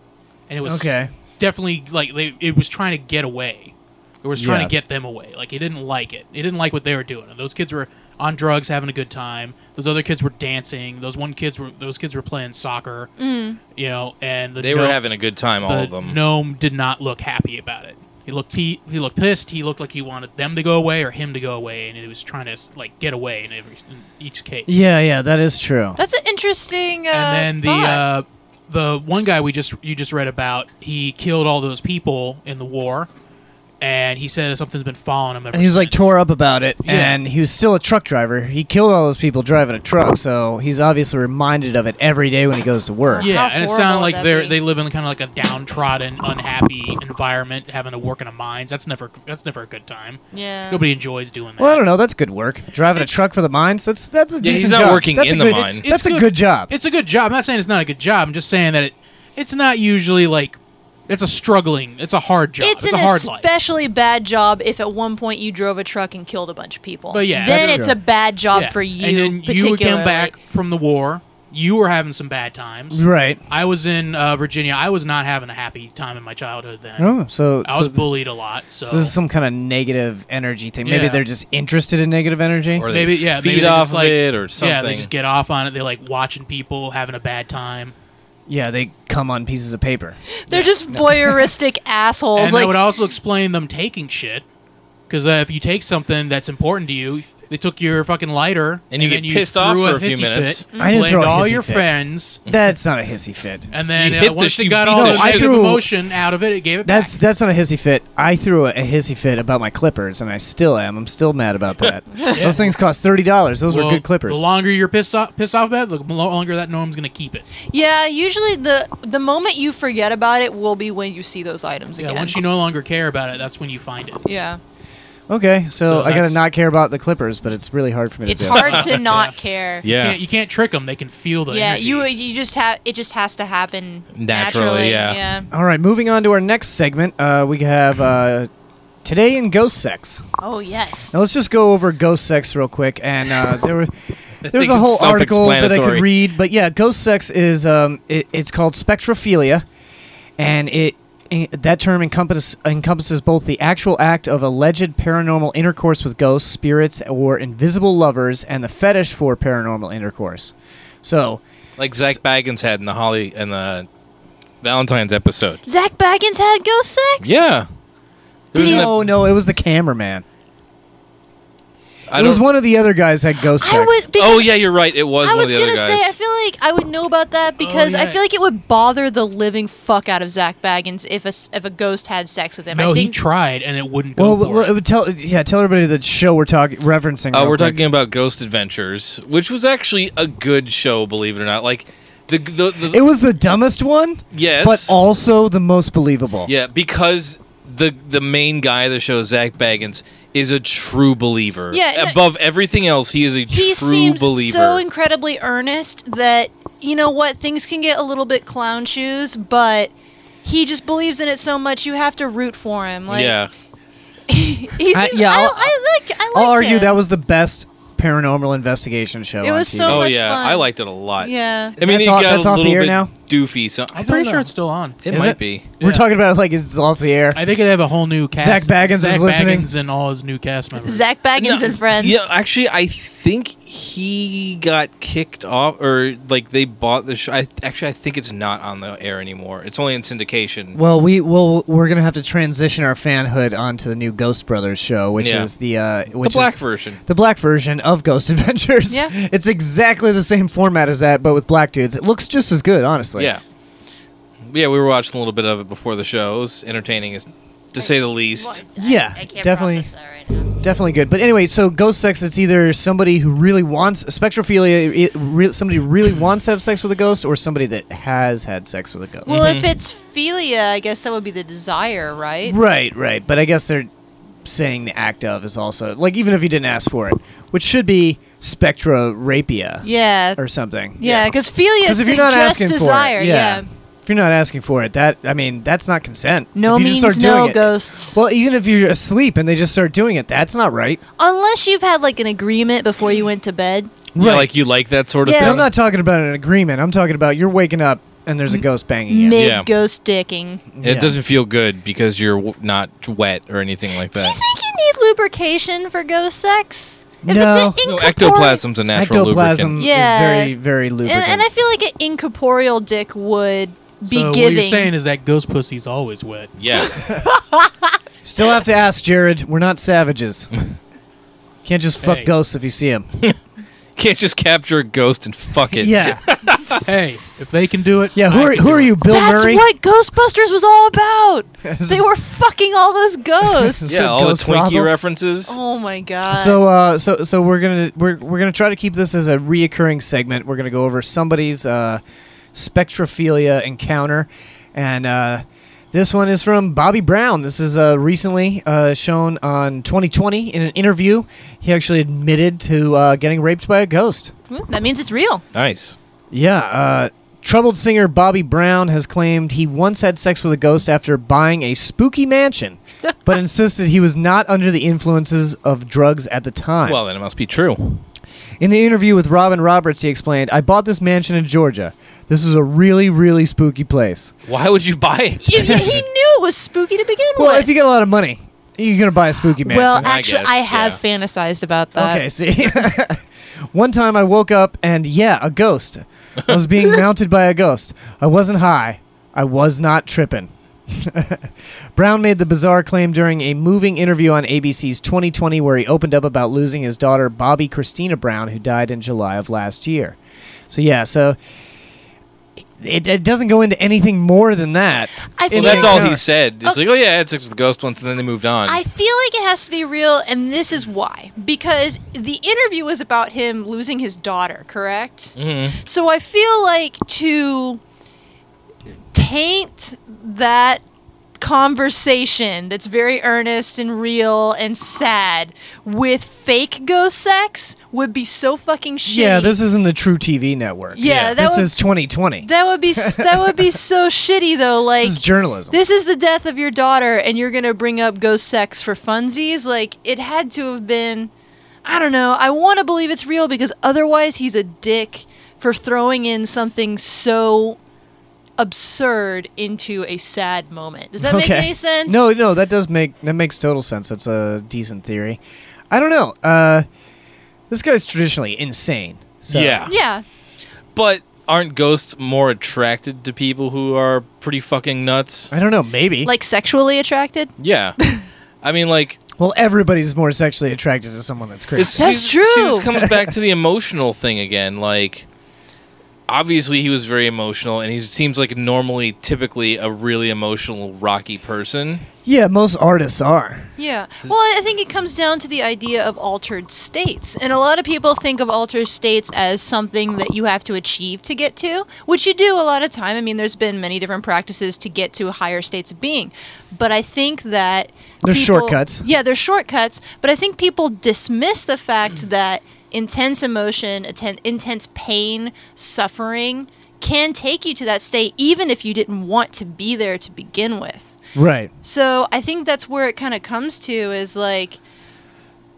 J: and it was
A: Okay.
J: definitely like they, it was trying to get away. It was trying
A: Yeah.
J: to get them away. Like it didn't like it. It didn't like what they were doing. And those kids were on drugs, having a good time. Those other kids were dancing. Those one kids were those kids were playing soccer.
H: Mm.
J: You know, and the
H: They were
J: gnome-
H: having a good time, all
J: the
H: of them.
J: Gnome did not look happy about it. He looked he, he looked pissed. He looked like he wanted them to go away or him to go away, and he was trying to like get away in every in each case.
A: Yeah, yeah, that is true.
K: That's an interesting. Uh,
J: And then the
K: thought.
J: uh, the one guy we just you just read about, he killed all those people in the war, and he said something's been following him. Ever
A: And he was like
J: since.
A: tore up about it,
J: Yeah.
A: and he was still a truck driver. He killed all those people driving a truck, so he's obviously reminded of it every day when he goes to work.
J: Yeah, and it sounded
A: horrible
J: like
A: would that
J: they they live in kind of like a downtrodden, unhappy environment, having to work in the mines. That's never that's never a good time.
K: Yeah,
J: nobody enjoys doing that.
A: Well, I don't know. That's good work. Driving a truck for the mines. That's that's a
J: Yeah, he's
A: decent
J: not
A: job.
J: working
A: that's
J: in
A: a
J: the
A: good,
J: mine.
A: It's,
J: It's-
A: that's
J: it's
A: a
J: good-
A: good job.
J: It's a good job. I'm not saying it's not a good job. I'm just saying that it it's not usually like it's a struggling. It's a hard job. It's,
I: It's,
J: a
I: an
J: hard life.
I: especially bad job if at one point you drove a truck and killed a bunch of people.
J: But yeah,
I: then
J: that's
I: it's
J: true.
I: a bad job
J: Yeah.
I: for you.
J: And then you
I: particularly.
J: would come back from the war. You were having some bad times,
A: Right.
J: I was in uh, Virginia. I was not having a happy time in my childhood then.
A: Oh, so-
J: I
A: so
J: was
A: th-
J: bullied a lot. So,
A: So this is some kind of negative energy thing. Maybe
J: Yeah.
A: they're just interested in negative energy.
J: maybe yeah, maybe
H: feed
J: they
H: off
J: just,
H: of
J: like,
H: it
J: Yeah,
H: or
J: they
H: something.
J: just get off on it. They like watching people having a bad time.
A: Yeah, they come on pieces of
J: <laughs>
A: paper.
I: They're just voyeuristic assholes.
J: and
I: like
J: that would also explain them taking shit. Because uh, if you take something that's important to you, they took your fucking lighter
H: And you
J: then
H: get pissed off
J: threw
H: for a few
J: hissy
H: minutes.
J: Fit,
A: I didn't
J: blamed
A: throw a
J: all
A: hissy
J: your
A: fit.
J: friends,
A: That's not a hissy fit.
J: and then
H: You
J: uh,
H: hit the
J: once
H: sh-
J: you
H: you
J: got
H: beat
J: all the
H: the shit out of
J: negative
H: them.
J: emotion out of it, it gave it back.
A: That's that's not a hissy fit. I threw a, a hissy fit about my clippers, and I still am. I'm still mad
J: <laughs>
A: about that.
J: Yeah.
A: Those things cost thirty dollars. Those
J: Well,
A: were good clippers.
J: The longer you're pissed off, pissed off about it, the longer that gnome's gonna keep it.
I: yeah, usually the the moment you forget about it will be when you see those items
J: Yeah,
I: again.
J: once you no longer care about it, that's when you find it.
I: yeah,
A: okay, so,
J: So
A: I gotta
J: that's-
A: not care about the clippers, but it's really hard for me
I: It's
A: to do.
H: <laughs>
I: hard to not care.
J: You can't, you can't trick them; they can feel the
I: yeah,
J: energy.
I: you you just have it just has to happen
A: Naturally,
I: yeah.
A: yeah. All right, moving on to our next segment. Uh, we have uh, today in ghost sex.
I: Oh yes.
A: Now let's just go over ghost sex real quick. And
H: <laughs>
A: uh, there were there was a
H: think
A: whole
H: it's
A: article that I could
H: self-explanatory.
A: read, but yeah, ghost sex is um, it, it's called spectrophilia, and it, i- that term encompasses encompasses both the actual act of alleged paranormal intercourse with ghosts, spirits, or invisible lovers, and the fetish for paranormal intercourse. So
H: like Zach Baggins had in the Holly in the Valentine's episode.
I: Zach Baggins had ghost sex.
H: Yeah, It was in
A: no, no, it was the cameraman.
H: I
A: it was
H: don't-
A: one of the other guys had ghost sex.
H: oh yeah, you're right. It was
I: I
H: one
I: was
H: of the other
I: gonna
H: guys.
I: say I feel like I would know about that because
J: Oh,
I: I
J: yeah.
I: feel like it would bother the living fuck out of Zach Baggins if a s- if a ghost had sex with him.
J: no,
I: I
J: he
I: think
J: tried and it wouldn't go
A: Well,
J: for
A: l- tell yeah, tell everybody the show we're talking referencing.
H: Uh,
A: real
H: we're
A: quick.
H: talking about Ghost Adventures, which was actually a good show, believe it or not. Like the the, the
A: It was the dumbest one.
H: Yes.
A: But also the most believable.
H: yeah, because the the main guy of the show, Zach Baggins, is a true believer.
I: Yeah, and I-
H: above everything else, he is a
I: he
H: true
I: seems
H: believer.
I: so incredibly earnest that you know what things can get a little bit clown shoes, but he just believes in it so much you have to root for him. Like
H: yeah, <laughs>
I: he's
A: I- yeah,
I: I,
A: I'll-
I: I like I like
A: I'll argue
I: him.
A: that was the best paranormal investigation show.
I: It
A: on
I: was
A: TV.
I: so
H: oh
I: much
H: yeah,
I: fun.
H: I liked it a lot.
I: Yeah.
H: I mean,
A: That's
H: it
A: off-
H: got
A: that's
H: a
A: off the
H: little
A: air
H: bit
A: now?
H: doofy. So I'm
J: I'm pretty sure it's still on.
H: It
A: Is
H: might
A: it?
H: be.
A: We're talking about it like it's off the air.
J: I think they have a whole new cast.
A: Zach Baggins
J: Zach
A: is listening.
J: Baggins and all his new cast members.
I: Zach Baggins and friends.
H: Yeah, actually, I think he got kicked off, or like they bought the show. I, actually, I think it's not on the air anymore. It's only in syndication.
A: Well, we will. We're gonna have to transition our fanhood onto the new Ghost Brothers show, which
H: Yeah.
A: is the uh,
H: the
A: which
H: black
A: is
H: version.
A: the black version of Ghost <laughs> Adventures.
H: Yeah.
A: it's exactly the same format as that, but with black dudes. It looks just as good, honestly.
H: yeah, yeah, we were watching a little bit of it before the show. It was entertaining, as, to say the least.
A: Yeah, definitely. Definitely good. But anyway, so ghost sex, it's either somebody who really wants spectrophilia, it, re, somebody who really wants to have sex with a ghost, or somebody that has had sex with a ghost.
I: Well,
H: Mm-hmm.
I: if it's philia, I guess that would be the desire, right?
A: right, right. But I guess they're saying the act of is also like even if you didn't ask for it, which should be spectrorapia.
I: Yeah.
A: or something.
I: Yeah, because philia
A: Because
I: suggests
A: if you're not asking
I: desire.
A: for it,
I: yeah.
A: yeah. If you're not asking for it, that I mean, that's not consent.
I: No
A: If you just
I: means
A: start
I: no,
A: doing it-
I: ghosts.
A: Well, even if you're asleep and they just start doing it, that's not right.
I: Unless you've had like an agreement before you went to bed.
H: Yeah, like you like that sort of
A: But
H: thing.
A: I'm not talking about an agreement. I'm talking about you're waking up and there's a ghost banging you.
I: Mid
H: Yeah.
I: ghost dicking.
H: it doesn't feel good because you're w- not wet or anything like that.
I: Do you think you need lubrication for ghost sex? If
A: no,
I: it's an
H: No,
I: incorporeal,
H: ectoplasm's a natural
A: ectoplasm
H: lubricant.
I: Yeah.
A: is very very
I: and,
A: lubricant.
I: and I feel like an incorporeal dick would be
J: so
I: giving.
J: what you're saying is that ghost pussy's always wet.
H: Yeah. <laughs>
A: Still have to ask Jared. We're not
H: <laughs>
A: savages. Can't just fuck
J: Hey.
A: ghosts if you see them.
H: Can't just capture a ghost and fuck it.
A: Yeah.
J: hey, if they can do it,
A: yeah. Who are, who are you, Bill
I: That's
A: Murray?
I: what Ghostbusters was
A: <laughs>
I: all about. they were fucking all those ghosts.
H: Yeah, all the
A: Ghost
H: Twinkie
A: brothel?
H: references.
I: Oh my god.
A: So uh, so so we're gonna we're we're gonna try to keep this as a reoccurring segment. We're gonna go over somebody's uh, spectrophilia encounter, and uh, this one is from Bobby Brown. This is uh, recently uh, shown on 2020 in an interview. He actually admitted to uh, getting raped by a ghost.
I: Mm, that means it's real.
H: Nice.
A: Yeah. Uh, troubled singer Bobby Brown has claimed he once had sex with a ghost after buying a spooky mansion, but insisted he was not under the influences of drugs at the time.
H: Well, then it must be true.
A: In the interview with Robin Roberts, he explained, I bought this mansion in Georgia. This is a really, really spooky place.
H: Why would you buy it?
I: You-
A: <laughs>
I: you- he knew it was spooky to begin
A: Well, if
I: with.
A: you get a lot of money, you're going to buy a spooky mansion.
I: well, actually,
H: guess,
I: I, have fantasized about
H: Uh,
I: that.
A: Okay,
H: <laughs>
A: see? One time I woke up and, yeah, a ghost. I was
H: <laughs>
A: being mounted by a ghost. I wasn't high. I was not tripping. <laughs> Brown made the bizarre claim during a moving interview on ABC's 2020, where he opened up about losing his daughter, Bobby Christina Brown, who died in July of last year. So, yeah, so. It, it doesn't go into anything more than that.
I: I
H: Well,
I: feel
H: that's all
A: Yeah.
H: he said. It's like, oh yeah, I had sex with the ghost once, and then they moved on.
I: I feel like it has to be real, and this is why. Because the interview was about him losing his daughter, correct?
H: Mhm.
I: So I feel like to taint that conversation that's very earnest and real and sad with fake ghost sex would be so fucking shitty.
A: Yeah, this isn't the true TV network.
I: Yeah, that
A: this
I: would-
A: is 2020.
I: that would be s- that would
A: <laughs>
I: be so shitty though. Like
A: this is journalism.
I: This is the death of your daughter, and you're gonna bring up ghost sex for funsies? Like it had to have been. I don't know. I want to believe it's real because otherwise he's a dick for throwing in something so absurd into a sad moment. Does that make
A: Okay.
I: any sense?
A: No, no, that does make that makes total sense. That's a decent theory. I don't know. Uh, this guy's traditionally insane. So.
H: Yeah.
I: Yeah.
H: But aren't ghosts more attracted to people who are pretty
J: <laughs>
H: fucking nuts?
A: I don't know. Maybe.
I: Like sexually attracted?
H: Yeah. I mean, like
A: well, everybody's more sexually attracted to someone that's crazy.
H: it's-
I: That's
H: see,
I: true.
H: See, this comes back
I: <laughs>
H: to the emotional thing again. Like, obviously, he was very emotional, and he seems like normally, typically, a really emotional,
J: <laughs>
H: rocky person.
A: yeah, most artists are.
I: Yeah. Well, I I think it comes down to the idea of altered states. And a lot of people think of altered states as something that you have to achieve to get to, which you do a lot of time. I mean, there's been many different practices to get to higher states of being. But I think that
A: There's shortcuts.
I: Yeah, there's shortcuts, but I think people dismiss the
A: Mm.
I: fact that intense emotion, atten- intense pain, suffering can take you to that state even if you didn't want to be there to begin with.
A: Right.
I: So I think that's where it kind of comes to is like,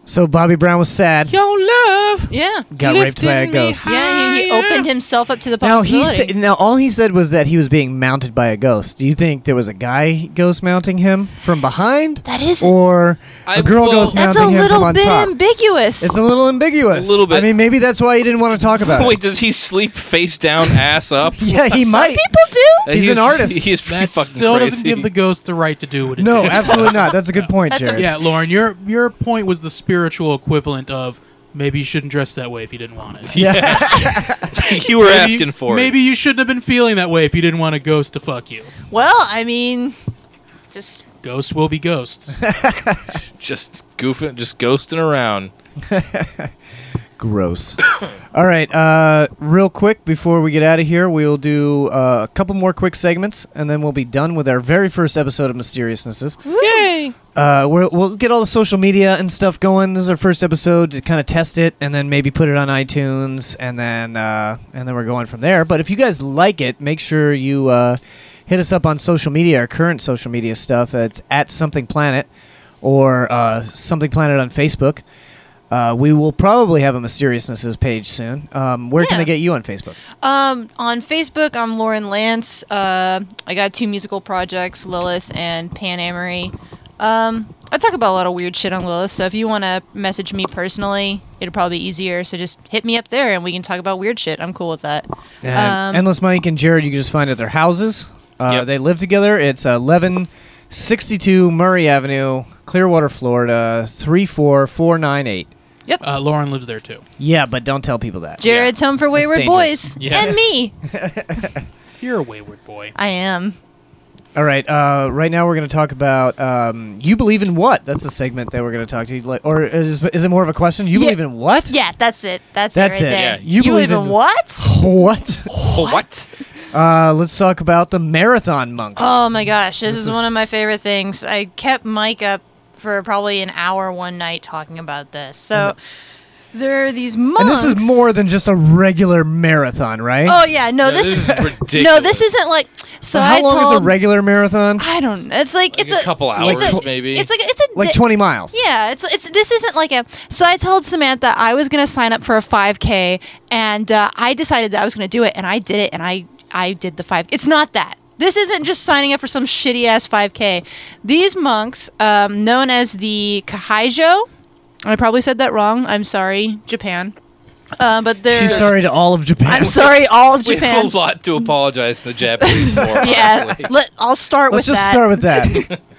A: So Bobby Brown was sad.
H: Your love.
I: yeah,
A: Got raped by a ghost.
I: yeah, he, he opened himself up to the
A: Now
I: possibility.
A: he said. Now all he said was that he was being mounted by a ghost. Do you think there was a guy ghost mounting him from behind?
I: That is-
A: Or
H: I-
A: a girl
H: well-
A: ghost
I: that's
A: mounting
I: a
A: him from
I: little
A: on
I: bit
A: top?
I: ambiguous.
A: It's a little ambiguous.
H: A little bit.
A: I mean, maybe that's why you didn't want to talk
H: <laughs>
A: about it.
H: Wait, does he sleep face
J: <laughs>
H: down, ass up?
A: <laughs> Yeah, he might.
I: People do.
H: Uh,
A: He's an artist.
H: <laughs> He's pretty
J: That
H: fucking
J: still
H: crazy.
J: doesn't give the ghost the right to do what it
A: No,
J: did.
A: absolutely not. That's a good point,
I: That's a-
A: Jared.
J: Yeah, Lauren, your your point was the spiritual equivalent of maybe you shouldn't dress that way if you didn't want it.
A: Yeah.
H: <laughs> you were
J: Maybe-
H: asking for
J: Maybe
H: it.
J: you shouldn't have been feeling that way if you didn't want a ghost to fuck you.
I: Well, I mean, just
J: Ghosts will be ghosts.
H: just goofing, just ghosting around.
A: <laughs> Gross. All right. Uh, real quick before we get out of here, we'll do uh, a couple more quick segments, and then we'll be done with our very first episode of Mysteriousnesses.
H: Yay!
A: Uh, we'll, we'll get all the social media and stuff going. This is our first episode to kind of test it, and then maybe put it on iTunes, and then uh, and then we're going from there. But if you guys like it, make sure you uh, hit us up on social media. Our current social media stuff it's at Something Planet or uh, Something Planet on Facebook. Uh, we will probably have a mysteriousnesses page soon. Um, where can
I: Yeah.
A: they get you on Facebook?
I: um, on Facebook, I'm Lauren Lance. Uh, I got two musical projects, Lilith and Pan Amory. Um, I talk about a lot of weird shit on Lilith, so if you want to message me personally, it'll probably be easier. So just hit me up there, and we can talk about weird shit. I'm cool with that.
A: And Endless Mike and Jared, you can just find at their houses. Uh, They live together. It's 1162 Murray Avenue, Clearwater, Florida, 34498.
I: Yep.
M: Uh, Lauren lives there too.
A: Yeah, but don't tell people that.
I: Jared's home for wayward
A: dangerous.
I: boys
A: Yeah. <laughs>
I: and me.
M: You're a wayward boy.
I: I am.
A: All right. Uh, right now, we're going to talk about um, you believe in what? That's a segment that we're going to talk to you. Like, or is, is it more of a question? You believe in what?
I: Yeah, that's it. That's,
A: That's
I: it right
A: it.
I: there.
A: Yeah, you believe in-
I: what?
A: <laughs> What?
H: What?
A: Uh, let's talk about the marathon monks.
I: Oh my gosh, this,
A: This
I: is,
A: is-
I: one of my favorite things. I kept Mike up for probably an hour one night talking about this. So there are these
A: Mm.
I: monks.
A: and this is more than just a regular marathon, right?
I: Oh yeah, no, this, is <laughs> No, this isn't like. So
A: how
I: I
A: long
I: told,
A: is a regular marathon?
I: I don't. It's like, it's
H: a couple
I: it's
H: hours,
I: a-
H: maybe.
I: It's like it's a
A: Like
I: di-
A: 20 miles.
I: Yeah, it's it's this isn't like a. So I told Samantha I was gonna sign up for a 5K, and uh, I decided that I was gonna do it, and I did it, and I I did the five. It's not that. This isn't just signing up for some shitty ass 5K. These monks, um, known as the Kahaijo, I probably said that wrong. I'm sorry, Japan. Uh, but they're
A: She's sorry to all of Japan.
I: I'm sorry, all
H: <laughs>
I: of
H: We
I: Japan.
H: have a lot to apologize to the Japanese for.
I: <laughs> yeah, let, I'll start
A: <laughs> Let's
I: with
A: just
I: that.
A: start with that.
I: <laughs>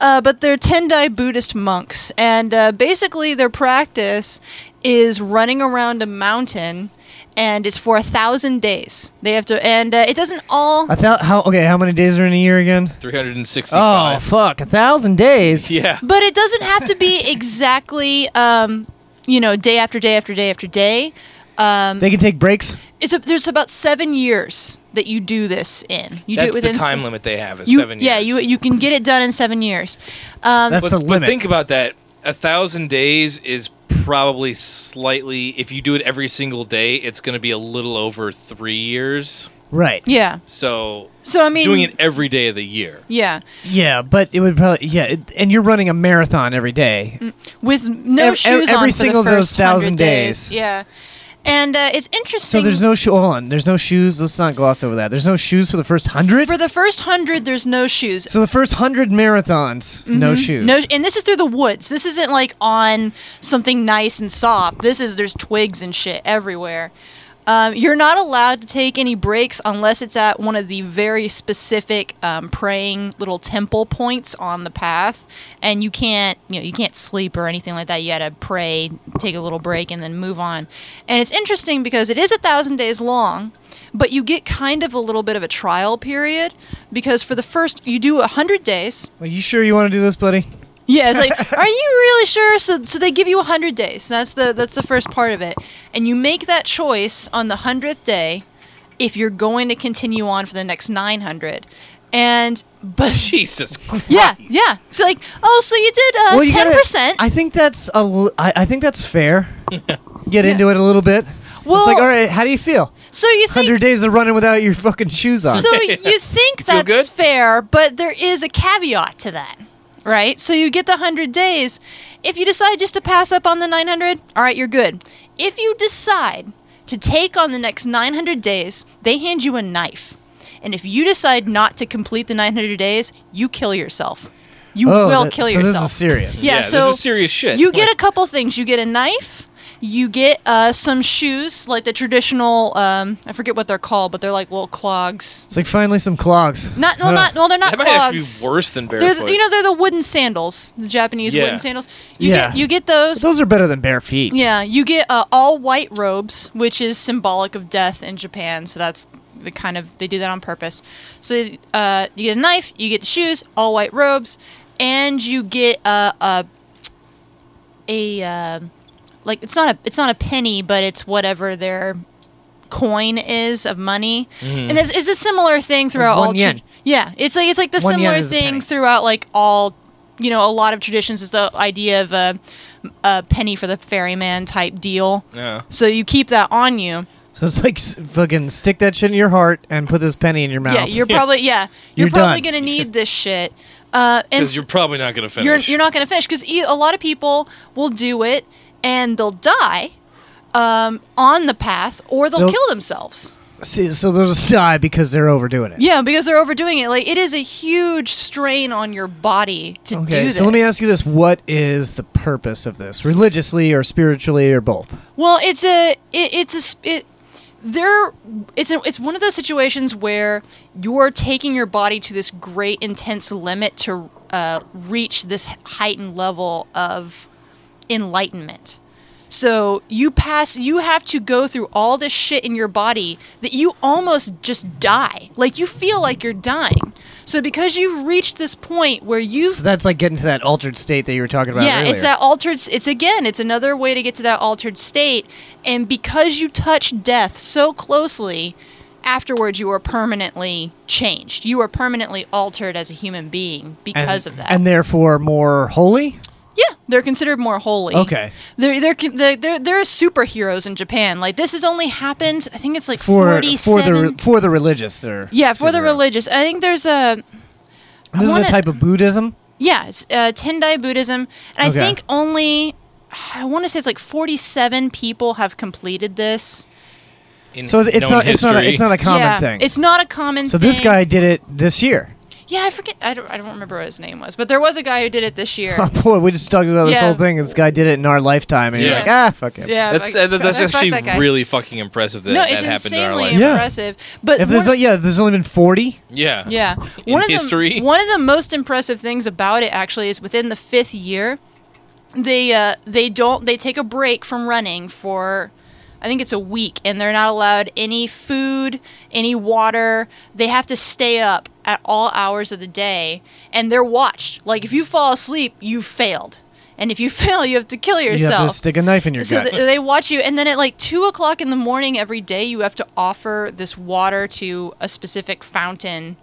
I: uh, but they're Tendai Buddhist monks, and uh, basically their practice is running around a mountain, and it's for a thousand days. They have to, and uh, it doesn't all.
A: I thought how okay, how many days are in a year again?
H: 365.
A: Oh fuck, a thousand days.
H: Yeah.
I: But it doesn't have to be exactly, um, you know, day after day after day after day. Um,
A: They can take breaks.
I: it's a, there's about seven years that you do this in. You
H: That's
I: do it within
H: the time
I: se-
H: limit they have is
I: you-
H: seven years.
I: Yeah, you you can get it done in seven years. Um,
H: but, But think about that. A thousand days is probably slightly. If you do it every single day, it's going to be a little over three years.
A: Right.
I: Yeah.
H: So.
I: So, I mean-
H: doing it every day of the year.
I: Yeah.
A: Yeah, but it would probably yeah, it, and you're running a marathon every day.
I: Mm-hmm. with no
A: Ev- ev-
I: shoes on
A: every
I: for
A: single of
I: the
A: those
I: first
A: 1,000
I: 1,000
A: days.
I: Yeah. And uh, it's
A: So
I: interesting.
A: there's no shoe. Hold on, there's no shoes. Let's not gloss over that. There's no shoes for the first hundred.
I: for the first 100 there's no shoes.
A: So the first hundred marathons, no
I: Mhm.
A: shoes.
I: No and this is through the woods. This isn't like on something nice and soft. This is there's twigs and shit everywhere. Um, you're not allowed to take any breaks unless it's at one of the very specific um, praying little temple points on the path, and you can't, you know, you can't sleep or anything like that. You gotta pray, take a little break, and then move on. And it's interesting because it is a thousand days long, but you get kind of a little bit of a trial period because for the first, you do a hundred days,
A: Are you sure you want to do this, buddy?
I: yeah, it's like, <laughs> are you really sure? So, so they give you hundred days. That's the that's the first part of it, and you make that choice on the hundredth day if you're going to continue on for the next nine hundred. And <laughs> but
H: <laughs> Jesus Christ.
I: yeah, yeah, it's like, oh, so you did uh,
A: you
I: 10
A: gotta-
I: percent.
A: I think that's a. l- I, I think that's
H: <laughs>
A: fair. Get into it a little bit. it's
I: Well-
A: like, all right, how do you feel?
I: So you think
A: Hundred days of running without your fucking shoes on.
H: <laughs>
I: So you think
A: Feel
I: that's
A: good?
I: fair, but there is a caveat to that, right? So you get the 100 days. If you decide just to pass up on the 900, all right, you're good. If you decide to take on the next 900 days, they hand you a knife. And if you decide not to complete the 900 days, you kill yourself. You
H: Oh,
I: will
H: that-
I: kill
H: so this is
I: yourself.
H: serious.
I: Yeah,
H: Yeah, this
I: so
H: is serious shit.
I: You get
H: Like-
I: a couple things. You get a knife. You get uh, some shoes, like the traditional. Um, I forget what they're called, but they're like little clogs.
A: it's like finally some clogs. Uh,
I: Not no,
A: Ugh.
I: not no. They're not
H: That might actually
I: clogs.
H: be worse than
I: They're
H: barefoot.
I: the, you know they're the wooden sandals, the Japanese
A: Yeah.
I: wooden sandals. You
A: yeah,
I: get you get those.
A: Those are better than bare feet.
I: Yeah, you get uh, all white robes, which is symbolic of death in Japan. So that's the kind of they do that on purpose. So uh, you get a knife, you get the shoes, all white robes, and you get uh, a a uh, like it's not a it's not a penny, but it's whatever their coin is of money,
N: Mhm.
I: and it's, it's a similar thing throughout
N: One
I: all.
N: yen.
I: yeah, it's like it's like the
N: One yen
I: similar
N: is a
I: thing
N: penny.
I: throughout like all you know a lot of traditions is the idea of a, a penny for the ferryman type deal.
H: Yeah.
I: So you keep that on you.
A: So it's like s- fucking stick that shit in your heart and put this penny in your mouth. <laughs>
I: Yeah, you're probably yeah, you're,
A: You're
I: probably
A: done.
I: gonna
A: <laughs>
I: need this shit. Uh, and
H: Because you're probably not going to
I: You're,
H: finish.
I: you're not going to finish because a lot of people will do it and they'll die um, on the path or they'll,
A: They'll-
I: kill themselves.
A: See, so they'll just <laughs> die because they're overdoing it.
I: Yeah, because they're overdoing it. Like it is a huge strain on your body to do
A: Okay,
I: this.
A: so let me ask you this: What is the purpose of this, religiously or spiritually or both?
I: Well, it's a it, it's a s- it there it's a, it's one of those situations where you're taking your body to this great intense limit to uh, reach this heightened level of enlightenment. So you pass you have to go through all this shit in your body that you almost just die. Like you feel like you're dying. So because you've reached this point where you've
A: So that's like getting to that altered state that you were talking about.
I: yeah,
A: earlier.
I: it's that altered. s- It's again, it's another way to get to that altered state. And because you touch death so closely, afterwards you are permanently changed. You are permanently altered as a human being because
A: and,
I: of that.
A: and therefore more holy.
I: yeah, they're considered more holy.
A: Okay,
I: They're, they're, con- they're, they're, they're superheroes in Japan. Like, this has only happened, I think it's like
A: for
I: 47.
A: for the re- for the religious, they're
I: yeah, for the
A: superhero.
I: religious. I think there's a. I
A: This is
I: wanna-
A: a type of Buddhism.
I: Yeah, it's uh, Tendai Buddhism, and
A: Okay.
I: I think only I want to say it's like forty-seven people have completed this.
H: In
A: So it's- it's
H: known
A: not- it's not a-
H: history.
A: it's not a common
I: yeah,
A: thing.
I: It's not a common.
A: So this
I: thing.
A: guy did it this
I: <laughs>
A: year.
I: Yeah, I forget. I don't, I don't remember what his name was, but there was a guy who did it this
A: <laughs>
I: year.
A: Oh boy, we just talked about this
I: Yeah.
A: whole thing. This guy did it in our lifetime, and you're
I: Yeah.
A: like, ah, fuck it.
I: Yeah,
H: that's
I: like,
H: uh,
I: <laughs>
H: that's
I: fuck
H: actually
I: that guy.
H: really fucking impressive that
I: no,
H: that
I: it's
H: happened in our
I: insanely
H: life.
A: Yeah.
I: impressive. But
A: if there's
I: one-
A: like, yeah, there's only been forty.
H: Yeah.
I: Yeah.
H: In
I: one of
H: history.
I: The, <laughs> one of the most impressive things about it actually is within the fifth year, they uh, they don't they take a break from running for I think it's a week and they're not allowed any food, any water. They have to stay up at all hours of the day and they're watched. Like if you fall asleep, you failed. And if you <laughs> fail, you have to kill yourself
A: You have to stick a knife in your
I: so uh,
A: gut.
I: th- they watch you and then at like two o'clock in the morning every day you have to offer this water to a specific fountain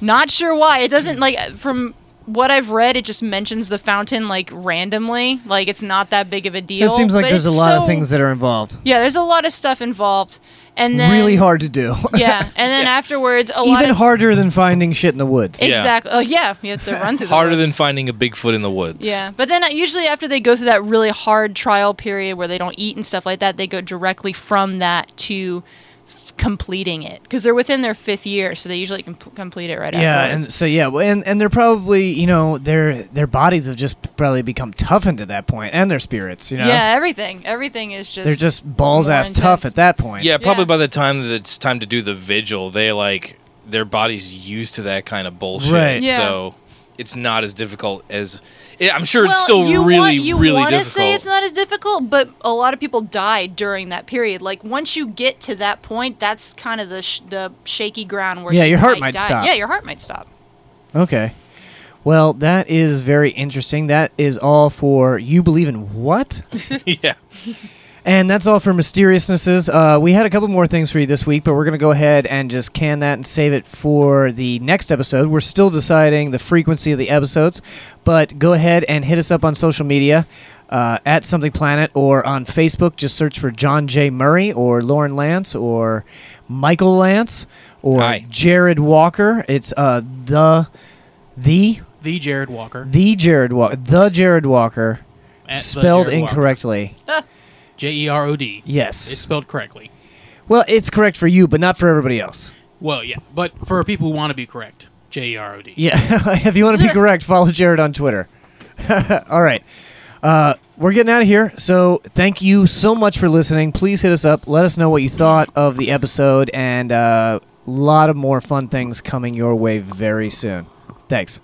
I: not sure why it doesn't like from what i've read it just mentions the fountain like randomly like it's not that big of a deal
A: it seems like
I: but
A: there's a
I: it's
A: lot of
I: so-
A: things that are involved.
I: yeah there's a lot of stuff involved and then
A: really hard to do.
I: yeah
A: <laughs>
I: and then afterwards a lot
A: Even
I: of
A: harder than finding shit in the woods.
I: exactly oh yeah you have to run through the
H: Harder
I: woods.
H: than finding a Bigfoot in the woods.
I: Yeah, but then uh, usually after they go through that really hard trial period where they don't eat and stuff like that, they go directly from that to f- completing it because they're within their fifth year, so they usually com- complete it right
A: Yeah,
I: afterwards.
A: and so yeah, well, and and they're probably you know their their bodies have just probably become toughened at that point, and their spirits, you know,
I: yeah, everything, everything is just
A: they're just balls
I: more
A: ass
I: intense.
A: tough at that point.
H: Yeah, probably by the time that it's time to do the vigil, they like their body's used to that kind of bullshit.
A: Right.
I: Yeah.
H: So it's not as difficult as yeah, I'm sure it's
I: Well,
H: still
I: you
H: really,
I: want, you
H: really
I: wanna
H: difficult.
I: say it's not as difficult, but a lot of people die during that period. Like once you get to that point, that's kind of the sh- the shaky ground where
A: Yeah,
I: you
A: your heart might
I: die.
A: stop.
I: Yeah, your heart might stop.
A: Okay. Well, that is very interesting. That is all for you believe in what?
H: yeah.
A: And that's all for mysteriousnesses. Uh, we had a couple more things for you this week, but we're going to go ahead and just can that and save it for the next episode. We're still deciding the frequency of the episodes, but go ahead and hit us up on social media uh, at Something Planet or on Facebook. Just search for John J. Murray or Lauren Lance or Michael Lance or
O: Hi.
A: Jared Walker. It's uh, the the
J: The Jared Walker.
A: the Jared Walker the Jared Walker
J: At the
A: spelled
J: Jared Walker.
A: incorrectly.
J: <laughs> J E R O D.
A: Yes.
J: It's spelled correctly.
A: Well, it's correct for you, but not for everybody else.
J: Well, yeah, but for people who want to be correct, J E R O D.
A: Yeah. <laughs> if you want to be correct, follow Jared on Twitter. <laughs> All right. Uh, we're getting out of here. So thank you so much for listening. Please hit us up. Let us know what you thought of the episode and uh, a lot of more fun things coming your way very soon. Thanks.